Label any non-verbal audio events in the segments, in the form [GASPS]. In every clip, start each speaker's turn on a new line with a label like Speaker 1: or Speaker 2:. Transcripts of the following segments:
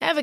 Speaker 1: Ever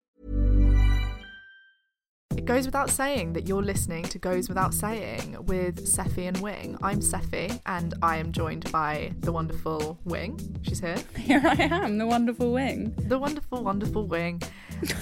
Speaker 2: It goes without saying that you're listening to Goes Without Saying with Seffi and Wing. I'm Seffi and I am joined by the wonderful Wing. She's here.
Speaker 3: Here I am, the wonderful wing.
Speaker 2: The wonderful, wonderful Wing.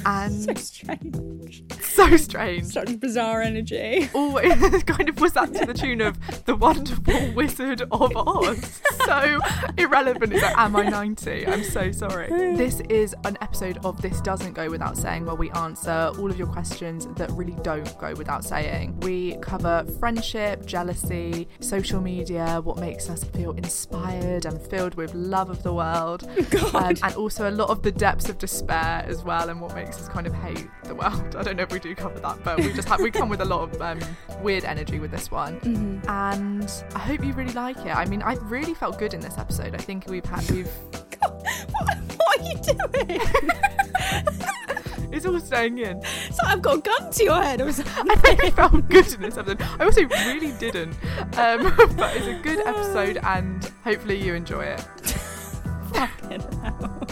Speaker 2: And
Speaker 4: [LAUGHS]
Speaker 3: So strange.
Speaker 2: so strange.
Speaker 3: Such bizarre energy. [LAUGHS]
Speaker 2: [LAUGHS] Always kind of was that to the tune of the wonderful Wizard of Oz. So irrelevant. It's like, am I 90? I'm so sorry. This is an episode of This Doesn't Go Without Saying where we answer all of your questions that really don't go without saying. We cover friendship, jealousy, social media, uh, what makes us feel inspired and filled with love of the [LAUGHS] world, um, and also a lot of the depths of despair as well, and what makes us kind of hate the world. [LAUGHS] I don't know if we do cover that, but we just have we come with a lot of um, weird energy with this one, and I hope you really like it. I mean, I really felt good in this episode. I think we've had we've.
Speaker 3: What, what are you doing?
Speaker 2: [LAUGHS]
Speaker 3: [LAUGHS]
Speaker 2: It's all staying in.
Speaker 3: so I've got a gun to your head or
Speaker 2: [LAUGHS] I
Speaker 3: something.
Speaker 2: really felt good in this episode. I also really didn't. Um, [LAUGHS] but it's a good episode, and hopefully you enjoy it.
Speaker 3: Fucking hell.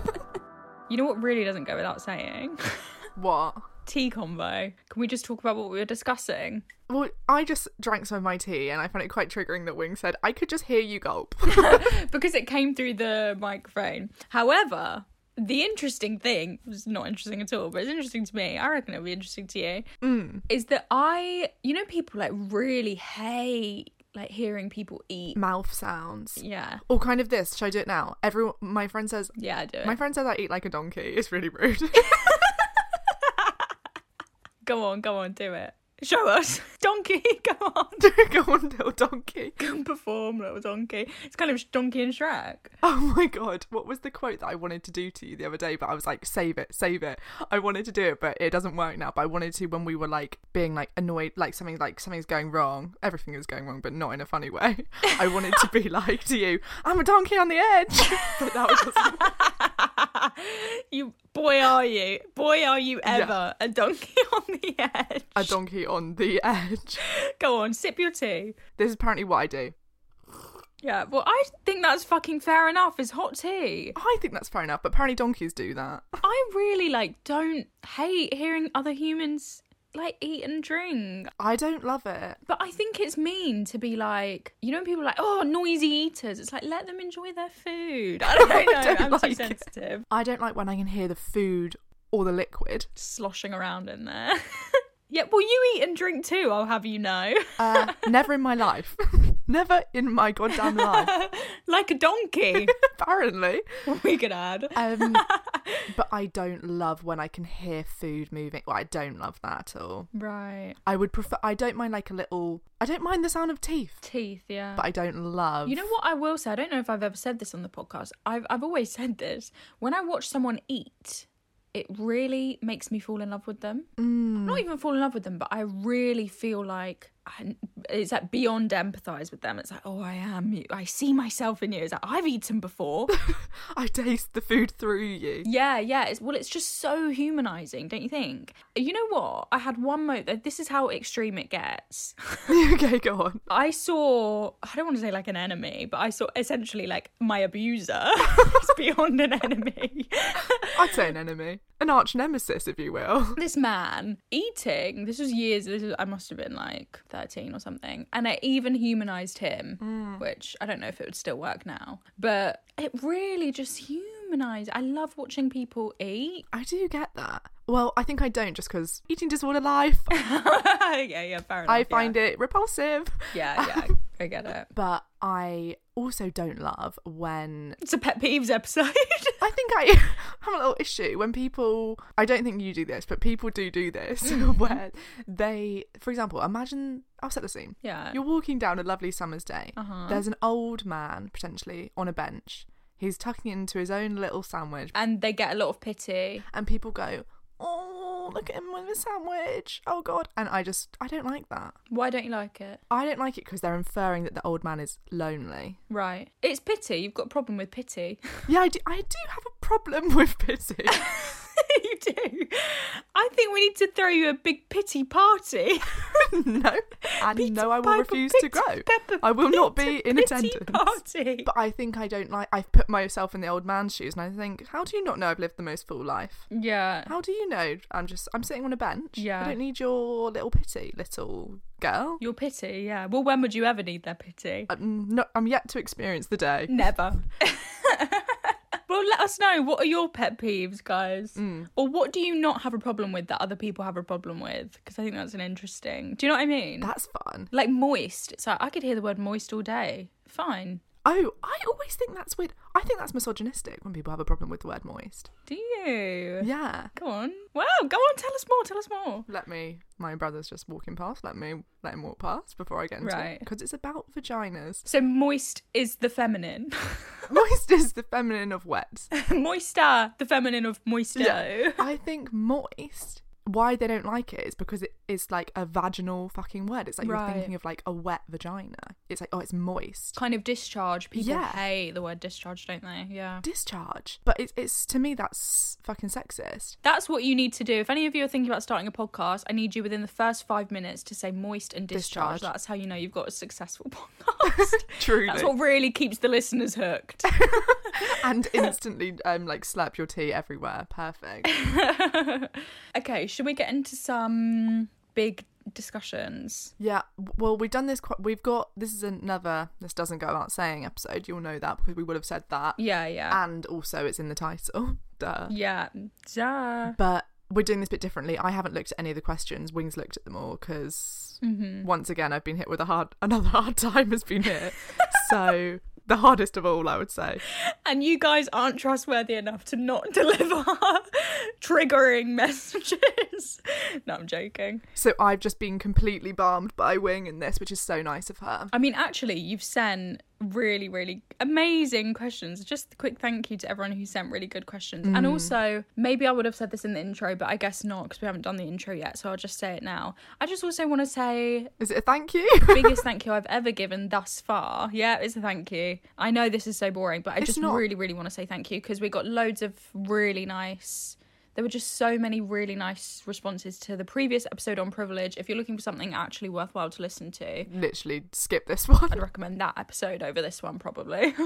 Speaker 4: [LAUGHS] You know what really doesn't go without saying?
Speaker 2: What?
Speaker 4: Tea combo. Can we just talk about what we were discussing?
Speaker 2: Well, I just drank some of my tea and I found it quite triggering that Wing said, I could just hear you gulp.
Speaker 4: Because it came through the microphone. However, the interesting thing was not interesting at all, but it's interesting to me. I reckon it'll be interesting to you.
Speaker 3: Mm.
Speaker 4: Is that I, you know, people like really hate like hearing people
Speaker 2: [LAUGHS]
Speaker 4: eat.
Speaker 3: Mm.
Speaker 2: Mouth sounds.
Speaker 4: Yeah,
Speaker 2: Or kind of this. Should I do it now? Everyone, my friend says,
Speaker 4: yeah, I do. It.
Speaker 2: my friend says I eat like a donkey. It's really rude. [LAUGHS]
Speaker 4: go on, go on, do it. Show us, [LAUGHS] donkey. Go on, [LAUGHS]
Speaker 2: Go on, little donkey.
Speaker 4: come perform, little donkey. It's kind of donkey and Shrek.
Speaker 2: Oh my god, what was the quote that I wanted to do to you the other day? But I was like, save it, save it. I wanted to do it, but it doesn't work now. But I wanted to when we were like being like annoyed, like something like something's going wrong. Everything is going wrong, but not in a funny way. [LAUGHS] I wanted to be [LAUGHS] like to you, I'm a donkey on the edge. [LAUGHS] But that was just
Speaker 4: you boy are you boy are you ever a donkey [LAUGHS] on the edge
Speaker 2: a donkey on the [LAUGHS] edge.
Speaker 4: go on sip your tea
Speaker 2: This is apparently what I do.
Speaker 4: yeah well i think that's fucking fair enough is hot tea
Speaker 2: I think that's fair enough, but apparently donkeys do that.
Speaker 4: i really like don't hate hearing other humans like eat and drink
Speaker 2: I don't love it.
Speaker 4: but i think it's mean to be like you know when people are like oh noisy eaters it's like let them enjoy their food i don't
Speaker 2: [LAUGHS]
Speaker 4: know
Speaker 2: I don't
Speaker 4: i'm
Speaker 2: like
Speaker 4: too
Speaker 2: it.
Speaker 4: sensitive
Speaker 2: I don't like when I can hear the food or the liquid.
Speaker 4: sloshing around in there [LAUGHS] yeah well you eat and drink too i'll have you know
Speaker 2: Uh, never in my life. [LAUGHS] never in my goddamn life.
Speaker 4: [LAUGHS] [LAUGHS] like
Speaker 2: [LAUGHS]
Speaker 4: a donkey
Speaker 2: Apparently.
Speaker 4: we could add [LAUGHS]
Speaker 2: Um, but I don't love when I can hear food moving. Well, I don't love that at all.
Speaker 4: Right.
Speaker 2: I would prefer. I don't mind like a little. I don't mind the sound of teeth,
Speaker 4: Teeth, yeah.
Speaker 2: but I don't love.
Speaker 4: you know what I will say? I don't know if I've ever said this on the podcast. I've I've always said this. When I watch someone eat, it really makes me fall in love with them. Not even fall in love with them, but I really feel like I, it's like beyond empathize with them. It's like, oh, I am you. I see myself in you. It's like I've eaten before.
Speaker 2: [LAUGHS] I taste the food through you.
Speaker 4: Yeah, yeah. It's, well, it's just so humanizing, don't you think? You know what? I had one moment. This is how extreme it gets.
Speaker 2: [LAUGHS] okay, go on.
Speaker 4: I saw, I don't want to say like an enemy, but I saw essentially like my abuser [LAUGHS] is beyond an enemy. [LAUGHS]
Speaker 2: [LAUGHS] I'd say an enemy, an arch nemesis, if you will.
Speaker 4: this man eating, this was years, this was, I must have been like 13 or something. And it even
Speaker 2: Mm.
Speaker 4: humanized him, which I don't know if it would still work now, but it really just humanized humanized. I love watching people eat.
Speaker 2: [LAUGHS]
Speaker 4: [LAUGHS]
Speaker 2: I do get that. Well, I think I don't just because eating disorder life,
Speaker 4: yeah, yeah, fair enough.
Speaker 2: I find it repulsive. [LAUGHS]
Speaker 4: Yeah, yeah, I get it.
Speaker 2: But I also don't love [LAUGHS] when
Speaker 4: It's a pet peeves episode. [LAUGHS]
Speaker 2: I think I [LAUGHS] have a little issue when people. I don't think you do this, but people do do [LAUGHS] this where they, for example, imagine I'll set the scene.
Speaker 4: Yeah.
Speaker 2: you're walking down a lovely summer's day. There's an old man potentially on a bench. He's tucking into his own little sandwich,
Speaker 4: and they get a lot of pity.
Speaker 2: and people go, "Oh, look at him with his sandwich! Oh God!" And I just, I don't like that.
Speaker 4: Why don't you like it?
Speaker 2: I don't like it because they're inferring that the old man is lonely.
Speaker 4: Right. It's pity. You've got a problem
Speaker 2: [LAUGHS]
Speaker 4: with pity. [LAUGHS]
Speaker 2: Yeah, I do, I do have a problem [LAUGHS] with pity.
Speaker 4: you do. I think we need to throw you a big pity party.
Speaker 2: [LAUGHS] no, and
Speaker 4: Pizza
Speaker 2: no, I will
Speaker 4: Piper
Speaker 2: refuse to
Speaker 4: Pizza
Speaker 2: go.
Speaker 4: Pepper
Speaker 2: I will not be
Speaker 4: Pizza
Speaker 2: in
Speaker 4: pity
Speaker 2: attendance.
Speaker 4: Party.
Speaker 2: But I think I don't like. I've put myself in the old man's shoes, and I think, how do you not know I've lived the most full life?
Speaker 4: yeah.
Speaker 2: How do you know? I'm just. I'm sitting on a bench.
Speaker 4: Mm. Yeah.
Speaker 2: I don't need your little pity, little girl.
Speaker 4: Your pity, yeah. Well, when would you ever need their pity?
Speaker 2: I'm not. I'm yet to experience the day. [LAUGHS]
Speaker 4: Never. well, let us know what are your pet peeves, guys,
Speaker 2: Hmm.
Speaker 4: or what do you not have a problem with that other people have a problem with? Because I think that's an interesting. Do you know what I mean?
Speaker 2: That's fun.
Speaker 4: like moist. It's like I could hear the word moist all day. Fine.
Speaker 2: Oh, I always think that's weird. I think that's misogynistic when people have a problem with the word moist.
Speaker 4: Do you?
Speaker 2: Yeah.
Speaker 4: Go on. Well, go on. Tell us more. Tell us more.
Speaker 2: Let me. My brother's just walking past. Let me let him walk past before I get into
Speaker 4: Right.
Speaker 2: Because it's about
Speaker 4: [LAUGHS]
Speaker 2: vaginas.
Speaker 4: So moist is the feminine. [LAUGHS]
Speaker 2: Moist is the feminine of wet.
Speaker 4: Moister, the feminine of moisto. [LAUGHS]
Speaker 2: I think moist. Why they don't like it is because it is like a vaginal fucking word. It's like
Speaker 4: Right.
Speaker 2: you're thinking of like a wet vagina. It's like oh, it's moist.
Speaker 4: Kind of discharge. People
Speaker 2: Yeah.
Speaker 4: hate the word discharge, don't they? Yeah.
Speaker 2: Discharge, but it's it's to me that's fucking
Speaker 4: [LAUGHS]
Speaker 2: sexist.
Speaker 4: That's what you need to do. If any of you are thinking about starting a podcast, I need you within the first five minutes to say moist and discharge.
Speaker 2: Discharge.
Speaker 4: That's how you know you've got a successful [LAUGHS] podcast.
Speaker 2: [LAUGHS] Truly.
Speaker 4: That's what really keeps the listeners hooked.
Speaker 2: and
Speaker 4: [LAUGHS]
Speaker 2: instantly um like slap your tea everywhere. Perfect.
Speaker 4: okay, should we get into some big discussions?
Speaker 2: Yeah. w- Well, we've done this. Quite, we've got this is another. This doesn't go out saying episode. You'll know that because we would have said that.
Speaker 4: Yeah, yeah.
Speaker 2: And also, it's in the title. [LAUGHS] Duh.
Speaker 4: yeah. Duh.
Speaker 2: but we're doing this a bit differently. I haven't looked at any of the questions. Wings looked at them all because
Speaker 4: Mm-hmm.
Speaker 2: once again, I've been hit with a hard, [LAUGHS] another hard time has been
Speaker 4: [LAUGHS]
Speaker 2: hit. so the hardest of all, I would say.
Speaker 4: And you guys aren't trustworthy enough to not [LAUGHS] deliver triggering messages. [LAUGHS] no, I'm joking.
Speaker 2: So I've just been completely balmed by Wing in this, which is so nice of her.
Speaker 4: I mean, actually, you've sent really, really amazing questions. Just a quick thank you to everyone who sent really good questions. And also, maybe I would have said this in the intro, but I guess not because we haven't done the intro yet. So I'll just say it now. I just also want to say
Speaker 2: Is it a thank you? [LAUGHS]
Speaker 4: biggest thank you I've ever given thus far. Yeah, it's a thank you. I know this is so boring, but I
Speaker 2: It's
Speaker 4: just
Speaker 2: not.
Speaker 4: really, really want to say thank you because we got loads of really nice. There were just so many really nice responses to the previous episode on privilege. If you're looking for something actually worthwhile to listen to,
Speaker 2: Literally skip this
Speaker 4: I'd
Speaker 2: one.
Speaker 4: recommend that episode over this one probably. [LAUGHS]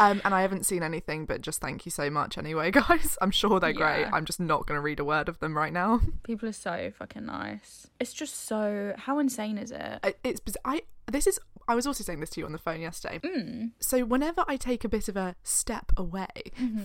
Speaker 2: Um, and I haven't seen anything, but just thank you so much anyway, [LAUGHS] guys. I'm sure they're great.
Speaker 4: Yeah.
Speaker 2: I'm just not going to read a word of them right now.
Speaker 4: People are so fucking nice. It's just so how insane is it?
Speaker 2: I- it's biz- I this is I was also saying this to you on the phone yesterday. So whenever I take a bit of a step away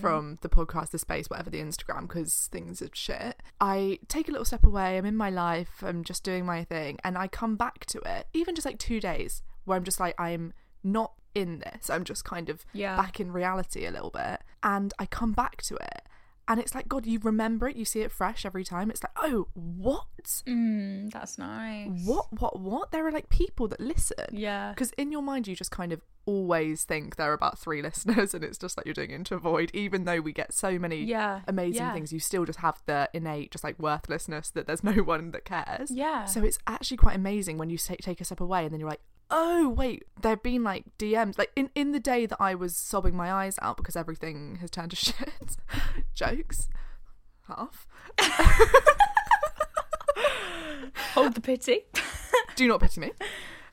Speaker 2: from the podcast, the space, whatever the Instagram, because things are shit, I take a little step away. I'm in my life. I'm just doing my thing, and I come back to it. Even just like two days, where I'm just like I'm not in this. I'm just kind of
Speaker 4: Yeah.
Speaker 2: back in reality a little bit, and I come back to it. And it's like, God, you remember it, you see it fresh every time. It's like, oh, what?
Speaker 4: Mm, that's nice.
Speaker 2: what what what there are like people that listen
Speaker 4: Yeah.
Speaker 2: because in your mind you just kind of always think there are about three [LAUGHS] listeners and it's just like you're doing it to avoid even though we get so many
Speaker 4: Yeah,
Speaker 2: amazing
Speaker 4: yeah.
Speaker 2: things you still just have the innate just like worthlessness that there's [LAUGHS] no one that cares
Speaker 4: Yeah.
Speaker 2: so it's actually quite amazing when you sa- take a step away and then you're like oh wait there've been like dms like in, in the day that i was sobbing my eyes out because everything has turned to [LAUGHS] shit jokes half
Speaker 4: [LAUGHS]
Speaker 2: [LAUGHS]
Speaker 4: Hold the pity.
Speaker 2: do not pity me.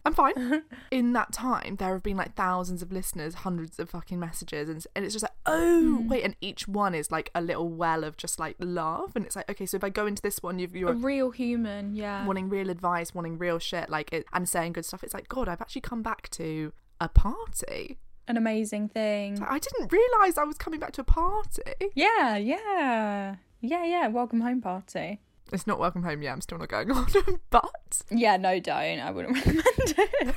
Speaker 2: I'm
Speaker 4: [LAUGHS]
Speaker 2: fine. In that time, there have been like thousands of listeners, hundreds of fucking messages, and, and it's just like, oh,
Speaker 4: Hmm.
Speaker 2: wait. And each one is like a little well of just like love. And it's like, okay, so if I go into this one, you've, [LAUGHS]
Speaker 4: A
Speaker 2: you're
Speaker 4: real human, yeah.
Speaker 2: wanting real advice, wanting real shit, like it, and saying good stuff. It's like, God, I've actually come back to a party.
Speaker 4: an amazing thing.
Speaker 2: I didn't realise I was coming back to a party.
Speaker 4: Yeah, yeah. Yeah, yeah. Welcome home party.
Speaker 2: It's not welcome home yet. I'm still not going [LAUGHS] on, but
Speaker 4: Yeah, no, don't. I wouldn't [LAUGHS] recommend it.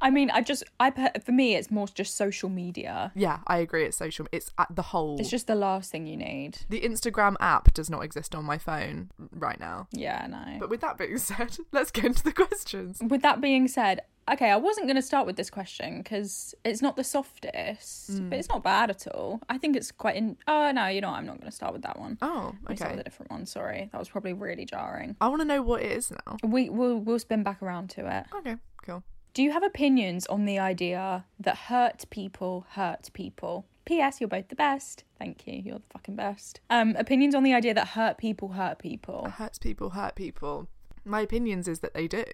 Speaker 4: I mean, I just, I per- for me, it's more just social media.
Speaker 2: yeah, I agree. It's social. It's at the whole.
Speaker 4: It's just the last thing you need.
Speaker 2: the Instagram app does not exist on my phone right now.
Speaker 4: Yeah, no.
Speaker 2: But with that being [LAUGHS] said, let's get into the questions.
Speaker 4: With that being said, okay, I wasn't going to start with this question because it's not the softest,
Speaker 2: Mm.
Speaker 4: but it's not bad at all. I think it's quite in. Oh no, you know what? I'm not going to start with that one.
Speaker 2: Oh,
Speaker 4: I'm gonna start
Speaker 2: okay.
Speaker 4: with a different one. Sorry, that was probably really jarring.
Speaker 2: I want to know what it is now.
Speaker 4: We we'll we'll spin back around to it.
Speaker 2: Okay, cool.
Speaker 4: Do you have opinions on the idea that hurt people hurt people? P.S. You're both the best. Thank you. You're the fucking best. Um, opinions on the idea that hurt people hurt people.
Speaker 2: Hurts people hurt people. My opinions is that they do.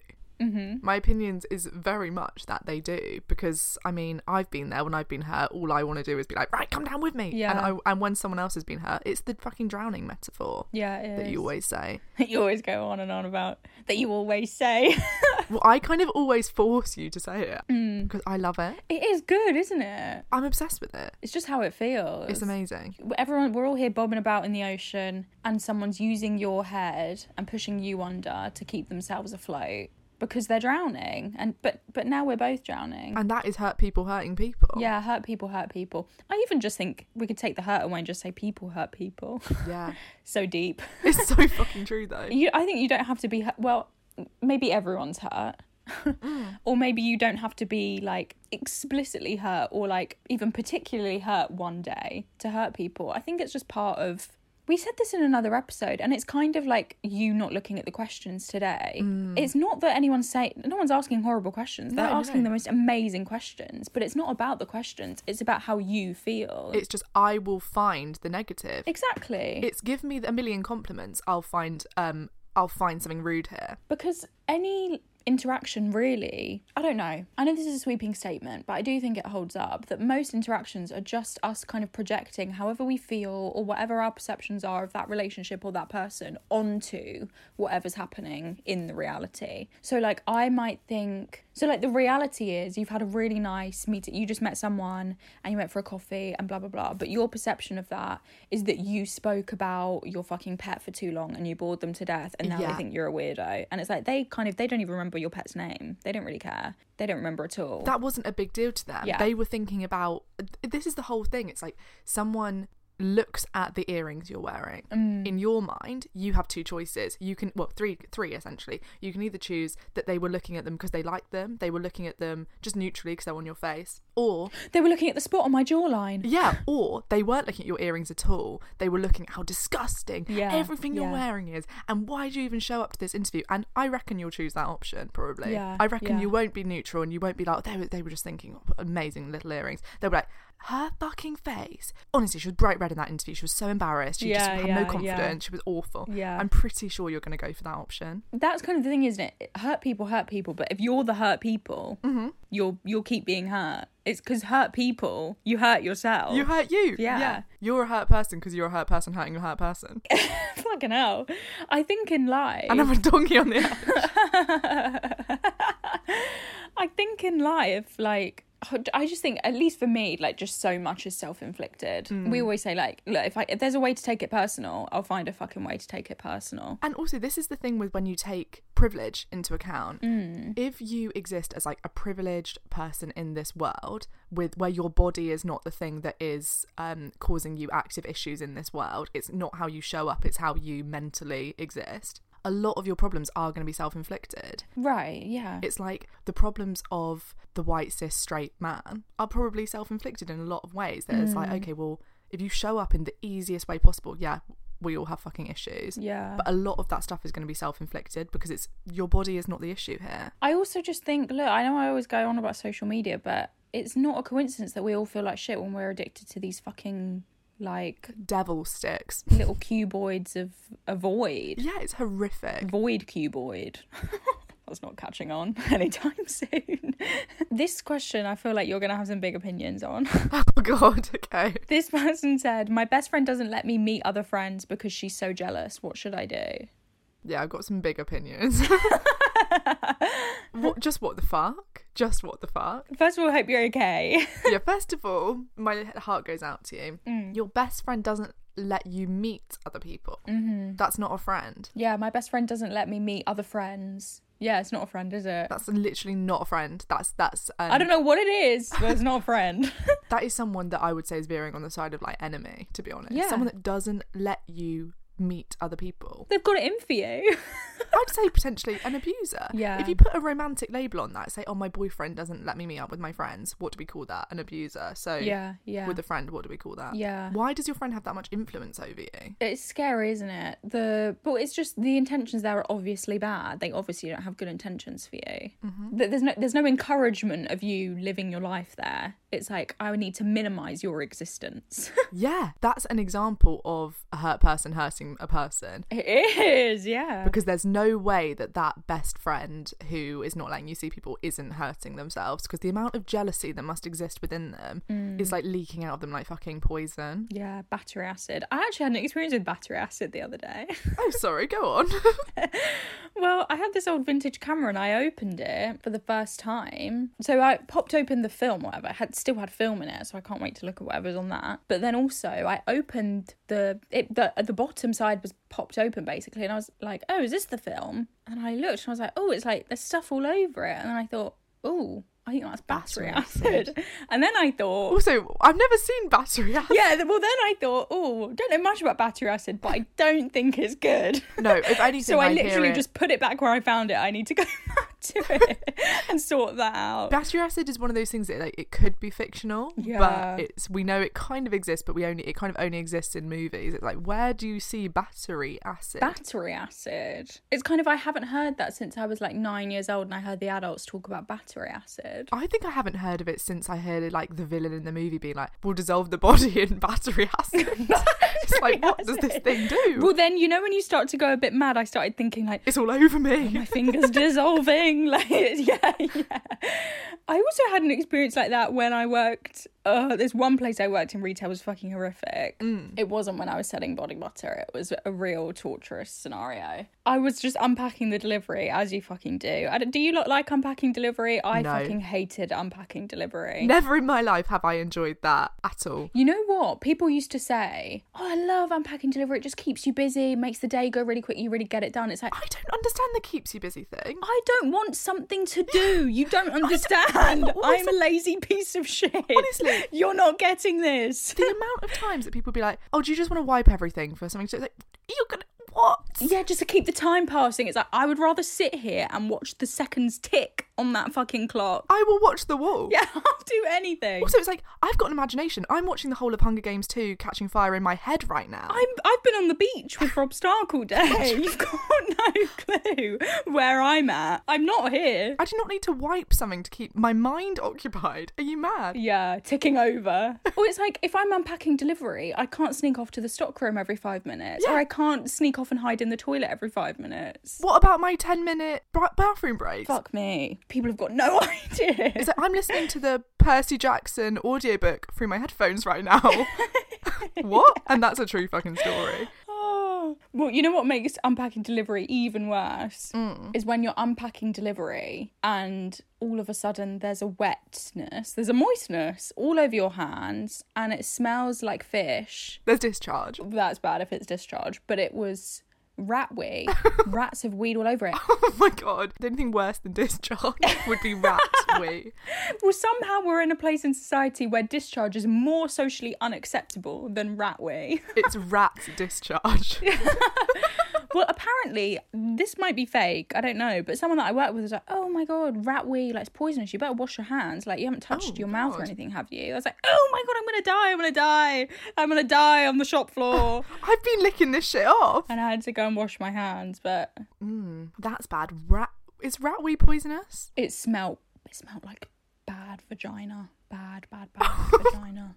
Speaker 2: Mm-hmm. My opinions is very much that they do because I mean I've been there when I've been hurt. All I want to do is be like, right, come down with me. And
Speaker 4: Yeah.
Speaker 2: I, and when someone else has been hurt, it's the fucking drowning metaphor
Speaker 4: Yeah, it is.
Speaker 2: that you always say.
Speaker 4: [LAUGHS] you always go on and on about that you always say. [LAUGHS]
Speaker 2: Well, I kind of always force you to say it because I love it.
Speaker 4: It is good, isn't it?
Speaker 2: I'm obsessed with it.
Speaker 4: It's just how it feels.
Speaker 2: It's amazing.
Speaker 4: Everyone, we're all here bobbing about in the ocean, and someone's using your head and pushing you under to keep themselves afloat because they're drowning. And but but now we're both drowning.
Speaker 2: And that is hurt people hurting people.
Speaker 4: yeah, hurt people hurt people. I even just think we could take the hurt away and just say people hurt people.
Speaker 2: [LAUGHS] Yeah.
Speaker 4: [LAUGHS] so deep.
Speaker 2: [LAUGHS] It's so fucking true though.
Speaker 4: You, I think you don't have to be hu- well. Maybe everyone's hurt,
Speaker 2: Mm.
Speaker 4: [LAUGHS] or maybe you don't have to be like explicitly hurt or like even particularly hurt one day to hurt people. I think it's just part of. We said this in another episode, and it's kind of like you not looking at the questions today. It's not that anyone's saying no one's asking horrible questions. They're
Speaker 2: Mm. No, no,
Speaker 4: asking
Speaker 2: no.
Speaker 4: the most amazing questions, but it's not about the questions. It's about how you feel.
Speaker 2: It's just I will find the negative.
Speaker 4: exactly.
Speaker 2: It's give me a million compliments. I'll find um I'll find something rude here.
Speaker 4: because any interaction really i don't know i know this is a sweeping statement but i do think it holds up that most interactions are just us kind of projecting however we feel or whatever our perceptions are of that relationship or that person onto whatever's happening in the reality so like i might think so like the reality is you've had a really nice meeting you just met someone and you went for a coffee and blah blah blah but your perception of that is that you spoke about your fucking pet for too long and you bored them to death and now they
Speaker 2: Yeah.
Speaker 4: think you're a weirdo and it's like they kind of they don't even remember your pet's name they don't really care they don't remember at all
Speaker 2: That wasn't a big deal to them.
Speaker 4: Yeah.
Speaker 2: They were thinking about this is the whole thing. It's like someone looks at the earrings you're wearing.
Speaker 4: Mm.
Speaker 2: In your mind, you have two choices. You can well three three essentially. You can either choose that they were looking at them because they liked them, they were looking at them just neutrally because they're on your face, or
Speaker 4: they were looking at the spot on my jawline
Speaker 2: Yeah, or they weren't looking at your earrings at all. They were looking at how disgusting
Speaker 4: Yeah,
Speaker 2: everything you're
Speaker 4: yeah.
Speaker 2: wearing is, and why do you even show up to this interview? And I reckon you'll choose that option probably.
Speaker 4: Yeah,
Speaker 2: I reckon
Speaker 4: yeah.
Speaker 2: you won't be neutral, and you won't be like they were. They were just thinking oh, amazing little earrings. They were like her fucking face. Honestly, she was bright red in that interview. She was so embarrassed. She just
Speaker 4: Yeah,
Speaker 2: had
Speaker 4: yeah,
Speaker 2: no
Speaker 4: yeah.
Speaker 2: confidence. She was awful.
Speaker 4: Yeah.
Speaker 2: I'm pretty sure you're going to go for that option.
Speaker 4: that's kind of the thing isn't it? it hurt people hurt people but if you're the hurt people
Speaker 2: Mm-hmm.
Speaker 4: you'll you'll keep being hurt it's because hurt people you hurt yourself
Speaker 2: You hurt you.
Speaker 4: Oh. Yeah.
Speaker 2: You're a hurt person because you're a hurt person hurting a hurt person.
Speaker 4: [LAUGHS] [LAUGHS] fucking hell i think in life
Speaker 2: and I'm a donkey on the [LAUGHS] air.
Speaker 4: I think in life, like, I just think, at least for me, like, just so much is self inflicted. We always say, like, look, if, I, if there's a way to take it personal, I'll find a fucking way to take it personal.
Speaker 2: And also, this is the thing with when you take privilege into account. If you exist as like a privileged person in this world, with where your body is not the thing that is um, causing you active issues in this world, it's not how you show up; it's how you mentally exist. A lot of your problems are going to be self-inflicted.
Speaker 4: Right, yeah.
Speaker 2: It's like the problems of the white cis straight man are probably self inflicted in a lot of ways. That it's like, okay, well, if you show up in the easiest way possible, yeah, we all have fucking issues.
Speaker 4: Yeah.
Speaker 2: But a lot of that stuff is going to be self inflicted because it's your body is not the issue here.
Speaker 4: I also just think, look, I know I always go on about social media, but it's not a coincidence that we all feel like shit when we're addicted to these fucking, like,
Speaker 2: Devil sticks.
Speaker 4: little cuboids of a void.
Speaker 2: Yeah, it's horrific.
Speaker 4: [LAUGHS] Void [LAUGHS] cuboid. That's not
Speaker 3: [LAUGHS]
Speaker 4: catching on anytime soon. this question, I feel like you're going to have some big opinions on. [LAUGHS]
Speaker 2: Oh, God. [LAUGHS] Okay.
Speaker 4: this person said, My best friend doesn't let me meet other friends because she's so jealous. What should I do?
Speaker 2: Yeah, I've got some big opinions. what, just what the fuck? just what the fuck.
Speaker 3: First of all, hope you're okay. [LAUGHS]
Speaker 2: yeah, first of all, my heart goes out to you.
Speaker 4: Mm.
Speaker 2: Your best friend doesn't let you meet other people. Mm-hmm. That's not a friend.
Speaker 4: Yeah, my best friend doesn't let me meet other friends. Yeah, it's not a friend, is it?
Speaker 2: That's literally not a friend. That's that's. Um,
Speaker 3: I don't know what it is, but it's not a
Speaker 4: [LAUGHS]
Speaker 3: friend.
Speaker 2: That is someone that I would say is veering on the side of like enemy. To be honest,
Speaker 4: Yeah.
Speaker 2: someone that doesn't let you meet other people.
Speaker 3: They've got it in for you.
Speaker 2: I'd say potentially an abuser.
Speaker 4: Yeah.
Speaker 2: If you put a romantic label on that, say, "Oh, my boyfriend doesn't let me meet up with my friends." What do we call that? An abuser. So
Speaker 4: Yeah, yeah.
Speaker 2: With a friend, what do we call that?
Speaker 4: Yeah.
Speaker 2: Why does your friend have that much influence over you?
Speaker 4: It's scary, isn't it? The but it's just the intentions there are obviously bad. They obviously don't have good intentions for you. Th- There's no there's no encouragement of you living your life there. It's like I need to minimize your existence. [LAUGHS]
Speaker 2: Yeah, that's an example of a hurt person hurting a person.
Speaker 4: it is, yeah.
Speaker 2: Because there's no way that that best friend who is not letting you see people isn't hurting themselves. Because the amount of jealousy that must exist within them is
Speaker 4: Mm.
Speaker 2: like leaking out of them like fucking
Speaker 4: [LAUGHS]
Speaker 2: poison.
Speaker 4: Yeah, battery acid. I actually had an experience with battery acid the other day. [LAUGHS]
Speaker 2: Oh, sorry, go on. [LAUGHS]
Speaker 4: Well, I had this old vintage camera and I opened it for the first time. So I popped open the film, whatever. It had still had film in it, so I can't wait to look at whatever's on that. But then also I opened the it the the bottom side was popped open basically, and I was like, oh, is this the film? And I looked and I was like, oh, it's like there's stuff all over it. And then I thought, oh, I think that's battery acid. [LAUGHS] And then I thought,
Speaker 2: [LAUGHS] also, I've never seen battery acid.
Speaker 4: yeah. th- Well, then I thought, oh, don't know much about battery acid, but I don't think it's good.
Speaker 2: [LAUGHS] No, if anything,
Speaker 4: So I,
Speaker 2: hear
Speaker 4: literally
Speaker 2: it-
Speaker 4: just [LAUGHS] put it back where I found it. I need to go [LAUGHS] back to it and sort that out.
Speaker 2: Battery acid is one of those things that like it could be fictional,
Speaker 4: Yeah.
Speaker 2: but it's we know it kind of exists, but we only it kind of only exists in movies. It's like where do you see battery acid?
Speaker 4: Battery acid. It's kind of, I haven't heard that since I was like nine years old and I heard the adults talk about battery acid.
Speaker 2: I think I haven't heard of it since I heard it, like the villain in the movie being like, "We'll dissolve the body in [LAUGHS] battery acid."
Speaker 4: [LAUGHS]
Speaker 2: [LAUGHS] it's like, what does this thing do?
Speaker 4: Well, then, you know, when you start to go a bit mad, I started thinking, like,
Speaker 2: it's all over me.
Speaker 4: Oh my fingers dissolving. [LAUGHS] Like, yeah, yeah. I also had an experience like that when I worked. Uh, there's one place I worked in retail was fucking horrific. It wasn't when I was selling body butter. It was a real torturous scenario. I was just unpacking the delivery, as you fucking do. I don't- do you lot like unpacking delivery? I
Speaker 2: No.
Speaker 4: fucking hated unpacking delivery.
Speaker 2: Never in my life have I enjoyed that at all.
Speaker 4: You know what? People used to say, Oh, I love unpacking delivery. It just keeps you busy, makes the day go really quick. You really get it done. It's like,
Speaker 2: I don't understand the keeps you busy
Speaker 4: [LAUGHS]
Speaker 2: thing.
Speaker 4: I don't want something to do. You don't understand. I'm a lazy piece of shit.
Speaker 2: Honestly.
Speaker 4: You're not getting this.
Speaker 2: The amount of times that people be like, "Oh, do you just want to wipe everything for something?" So it's like, you're gonna what?
Speaker 4: Yeah, just to keep the time passing. It's like, I would rather sit here and watch the seconds tick on that fucking clock.
Speaker 2: [LAUGHS] I will watch the wall.
Speaker 4: Yeah, [LAUGHS] I'll do anything.
Speaker 2: Also, it's like I've got an imagination. I'm watching the whole of Hunger Games 2 catching fire in my head right now.
Speaker 4: I'm, I've been on the beach with Rob Stark all day. You've got no clue where I'm at. I'm not here.
Speaker 2: I do not need to wipe something to keep my mind [LAUGHS] occupied. Are you mad?
Speaker 4: Yeah, ticking over. or it's like if I'm unpacking delivery, I can't sneak off to the stockroom every five minutes, or I can't sneak off and hide in the toilet every five minutes.
Speaker 2: What about my 10 minute bra- bathroom break?
Speaker 4: Fuck me. People have got no [LAUGHS] idea.
Speaker 2: It's like I'm listening to the Percy Jackson audiobook through my headphones right
Speaker 4: [LAUGHS]
Speaker 2: now. what? And that's a true fucking story.
Speaker 4: Oh. [GASPS] Well, you know what makes unpacking delivery even worse is when you're unpacking delivery and all of a sudden there's a wetness, there's a moistness all over your hands, and it smells like fish.
Speaker 2: There's discharge. [LAUGHS]
Speaker 4: That's bad if it's discharge, but it was rat wee. Rats have weed all over it.
Speaker 2: Oh my god. Anything worse than
Speaker 4: [LAUGHS]
Speaker 2: discharge would be rat wee.
Speaker 4: Well, somehow we're in a place in society where discharge is more socially unacceptable than ratway.
Speaker 2: It's rat discharge.
Speaker 4: [LAUGHS] well, apparently this might be fake. I don't know, but someone that I work with was like, "Oh my god, ratway, like it's poisonous. You better wash your hands. Like you haven't touched
Speaker 2: Oh,
Speaker 4: your mouth or
Speaker 2: God.
Speaker 4: anything, have you?" I was like, "Oh my god, I'm gonna die. I'm gonna die. I'm gonna die on the shop
Speaker 2: [LAUGHS]
Speaker 4: floor."
Speaker 2: I've been licking this shit off.
Speaker 4: and I had to go and wash my hands, but
Speaker 2: That's bad. Rat. Is rat wee poisonous?
Speaker 4: it smelled. It smelled like bad vagina. Bad, bad,
Speaker 2: [LAUGHS]
Speaker 4: bad vagina.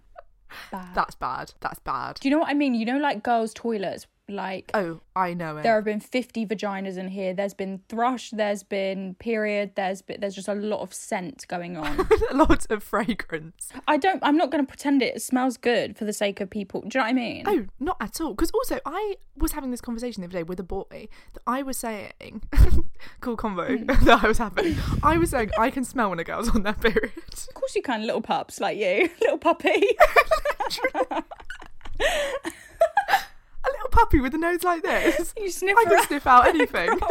Speaker 4: Bad.
Speaker 2: That's bad. That's bad.
Speaker 4: Do you know what I mean? You know, like girls' toilets Like
Speaker 2: Oh, I know it.
Speaker 4: there have been 50 vaginas in here. There's been thrush, there's been period, there's been, there's just a lot of scent
Speaker 2: [LAUGHS]
Speaker 4: going on.
Speaker 2: [LAUGHS] Lots of fragrance.
Speaker 4: I don't I'm not going to pretend it smells good for the sake of people. Do you know what I mean?
Speaker 2: Oh, not at all. Because also, I was having this conversation the other day with a boy that I was saying, [LAUGHS] cool convo [LAUGHS]
Speaker 4: Hmm.
Speaker 2: that I was having. I was saying I can smell when a girl's on their period. [LAUGHS]
Speaker 4: Of course you can, little pups like you, [LAUGHS] little puppy.
Speaker 2: A little puppy with a nose like this.
Speaker 4: [LAUGHS] you sniff
Speaker 2: I can
Speaker 4: around. [LAUGHS] Oh
Speaker 2: sniff out anything. [LAUGHS]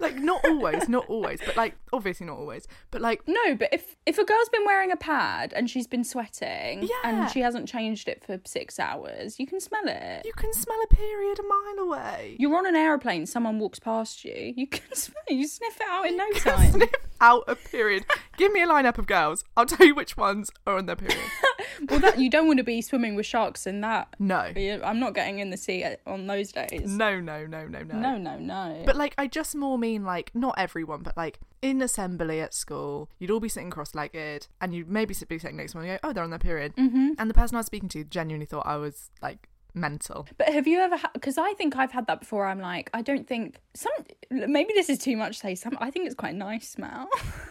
Speaker 2: like not always, not always, but like obviously not always, but like
Speaker 4: No, but if if a girl's been wearing a pad and she's been sweating
Speaker 2: Yeah.
Speaker 4: and she hasn't changed it for six hours, you can smell it.
Speaker 2: you can smell a period a mile away.
Speaker 4: You're on an aeroplane, someone walks past you, you can [LAUGHS] smell it, you sniff it out in
Speaker 2: [LAUGHS]
Speaker 4: no
Speaker 2: You can
Speaker 4: time.
Speaker 2: sniff out a period. Give me a lineup of girls. I'll tell you which ones are on their period.
Speaker 4: [LAUGHS] well, that you don't want to be swimming with sharks in that.
Speaker 2: No,
Speaker 4: You- I'm not getting in the sea on those days.
Speaker 2: no, no, no, no, no.
Speaker 4: no, no. no.
Speaker 2: But like, I just more mean like not everyone, but like in assembly at school, you'd all be sitting cross-legged, and you'd maybe sit- be sitting next to one and go, "Oh, they're on their period," mm-hmm. and the person I was speaking to genuinely thought I was like mental. [LAUGHS]
Speaker 4: But have you ever? Because I think I've had that before. I'm like, I don't think some. Maybe this is too much to say. Some. I think it's quite a nice smell. [LAUGHS]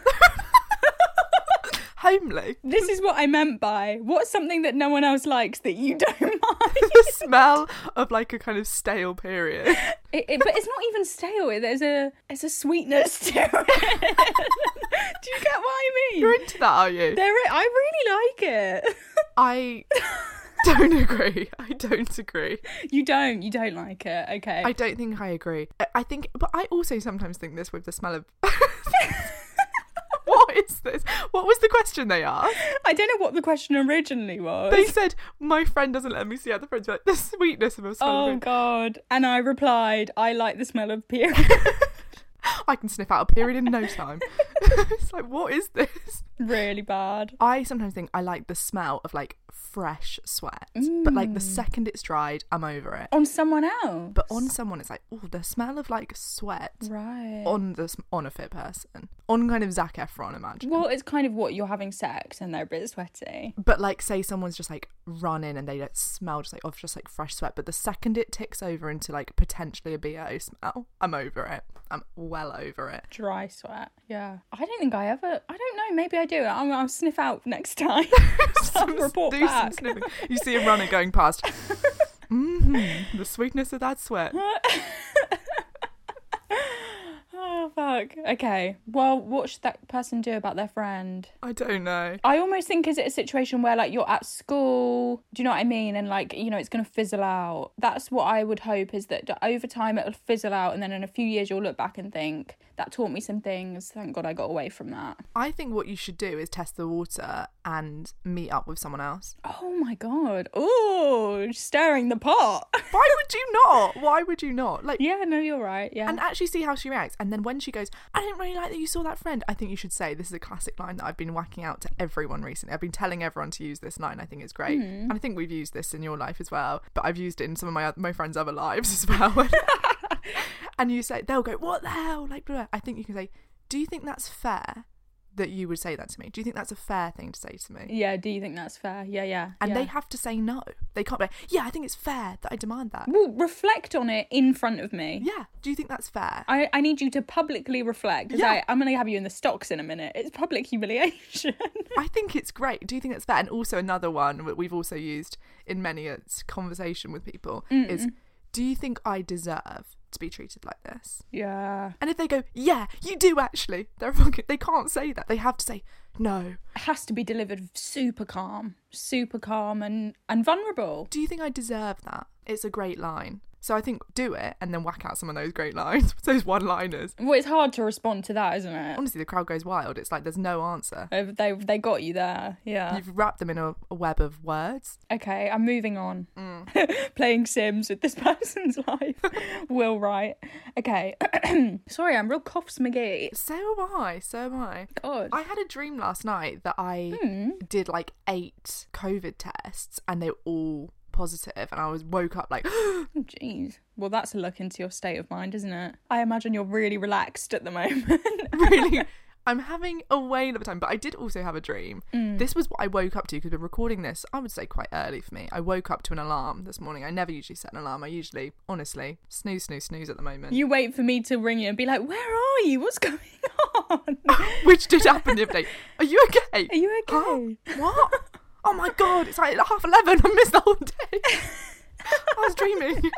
Speaker 2: Homely.
Speaker 4: this is what I meant by what's something that no one else likes that you [LAUGHS]
Speaker 2: [LAUGHS]
Speaker 4: don't mind.
Speaker 2: the smell of like a kind of stale [LAUGHS] period.
Speaker 4: It, it, but it's not even stale. it- There's a there's a sweetness to it. [LAUGHS] Do you get what I mean?
Speaker 2: You're into that, are you?
Speaker 4: There, i- I really like
Speaker 2: I don't agree. I don't agree.
Speaker 4: it. [LAUGHS] you don't. You don't like it. Okay.
Speaker 2: I don't think I agree. I- I think, but I also sometimes think this with the smell of. [LAUGHS] what is this? What was the question they asked?
Speaker 4: I don't know what the question originally was.
Speaker 2: They said, "My friend doesn't let me see other friends." Like the sweetness of a smell. of
Speaker 4: oh
Speaker 2: it.
Speaker 4: God! And I replied, I like the smell of
Speaker 2: [LAUGHS]
Speaker 4: period.
Speaker 2: I can sniff out a period in no
Speaker 4: [LAUGHS]
Speaker 2: time. [LAUGHS] it's like, what is this?
Speaker 4: really bad.
Speaker 2: I sometimes think I like the smell of like fresh sweat, but like the
Speaker 4: Mm.
Speaker 2: second it's dried, I'm over it.
Speaker 4: On someone else.
Speaker 2: But on someone, it's like, oh, the smell of like sweat
Speaker 4: Right.
Speaker 2: on the sm- on a fit person, on kind of Zac Efron, imagine.
Speaker 4: well, it's kind of what you're having sex and they're a bit sweaty.
Speaker 2: But like, say someone's just like running and they like smell just like of just like fresh sweat. But the second it ticks over into like potentially a bo smell, I'm over it. I'm well over it.
Speaker 4: Dry sweat. Yeah. I don't think I ever. I don't know. Maybe I do. I'll, I'll sniff out next
Speaker 2: [LAUGHS]
Speaker 4: time. [LAUGHS] I'll report
Speaker 2: Do some
Speaker 4: back.
Speaker 2: sniffing. You see a runner going past. hmm the sweetness of that sweat.
Speaker 4: [LAUGHS] Oh, fuck. Okay. Well, what should that person do about their friend?
Speaker 2: I don't know.
Speaker 4: I almost think is it a situation where like you're at school, do you know what I mean? And like, you know, it's gonna fizzle out. That's what I would hope is that d- over time it'll fizzle out and then in a few years you'll look back and think, that taught me some things. Thank God I got away from that.
Speaker 2: I think what you should do is test the water and meet up with someone else.
Speaker 4: Oh my god. Oh stirring the pot. [LAUGHS]
Speaker 2: Why would you not? Why would you not? Like,
Speaker 4: yeah, no, you're right. Yeah.
Speaker 2: and actually see how she reacts. And then when she goes, I didn't really like that you saw that friend, I think you should say, This is a classic line that I've been whacking out to everyone recently. I've been telling everyone to use this line. I think it's great.
Speaker 4: Mm.
Speaker 2: And I think we've used this in your life as well, but I've used it in some of my, my friends' other lives [LAUGHS] as
Speaker 4: [LAUGHS]
Speaker 2: well. and you say, They'll go, What the hell? Like, blah, blah. I think you can say, Do you think that's fair that you would say that to me? Do you think that's a fair thing to say to me?
Speaker 4: yeah, do you think that's fair? Yeah, yeah.
Speaker 2: And
Speaker 4: yeah.
Speaker 2: they have to say no. They can't be like, Yeah, I think it's fair that I demand that.
Speaker 4: Well, reflect on it in front of me.
Speaker 2: Yeah. Do you think that's fair?
Speaker 4: I, I need you to publicly reflect because
Speaker 2: Yeah.
Speaker 4: I'm going to have you in the stocks in a minute. It's public humiliation. [LAUGHS]
Speaker 2: I think it's great. Do you think that's fair? And also another one that we've also used in many a s- conversation with people is, do you think I deserve to be treated like this?
Speaker 4: yeah.
Speaker 2: And if they go, yeah, you do actually, they're [LAUGHS] fucking, they can't say that. They have to say no.
Speaker 4: has to be delivered super calm, super calm and and vulnerable.
Speaker 2: Do you think I deserve that? It's a great line. So I think do it and then whack out some of those great [LAUGHS] lines, those one-liners.
Speaker 4: Well, it's hard to respond to that, isn't it?
Speaker 2: Honestly, the crowd goes wild. It's like there's no answer.
Speaker 4: Uh, They they got you there, yeah.
Speaker 2: You've wrapped them in a, a web of words.
Speaker 4: Okay, I'm moving on.
Speaker 2: Mm.
Speaker 4: [LAUGHS] Playing Sims with this person's
Speaker 2: [LAUGHS]
Speaker 4: life. Will Wright. Okay, [CLEARS THROAT] sorry, I'm real Oh, coughs McGee.
Speaker 2: So am I. So am I.
Speaker 4: God,
Speaker 2: I had a dream last night that I did like eight COVID tests and they were all positive and I was woke up like [GASPS]
Speaker 4: Oh, jeez. Well, that's a look into your state of mind, isn't it? I imagine you're really relaxed at the [LAUGHS] moment.
Speaker 2: really I'm having a way another time, but I did also have a dream. This was what I woke up to because we're recording this, I would say quite early for me. I woke up to an alarm this morning. I never usually set an alarm. I usually, honestly, snooze, snooze, snooze at the moment.
Speaker 4: [LAUGHS] You wait for me to ring you and be like, "Where are you? What's going [LAUGHS] on?"
Speaker 2: [LAUGHS] Which did happen the other day. Are you okay?
Speaker 4: Are you
Speaker 2: Huh?
Speaker 4: okay?
Speaker 2: What? Oh my god, it's like half 11. I missed the whole day. I was dreaming. [LAUGHS]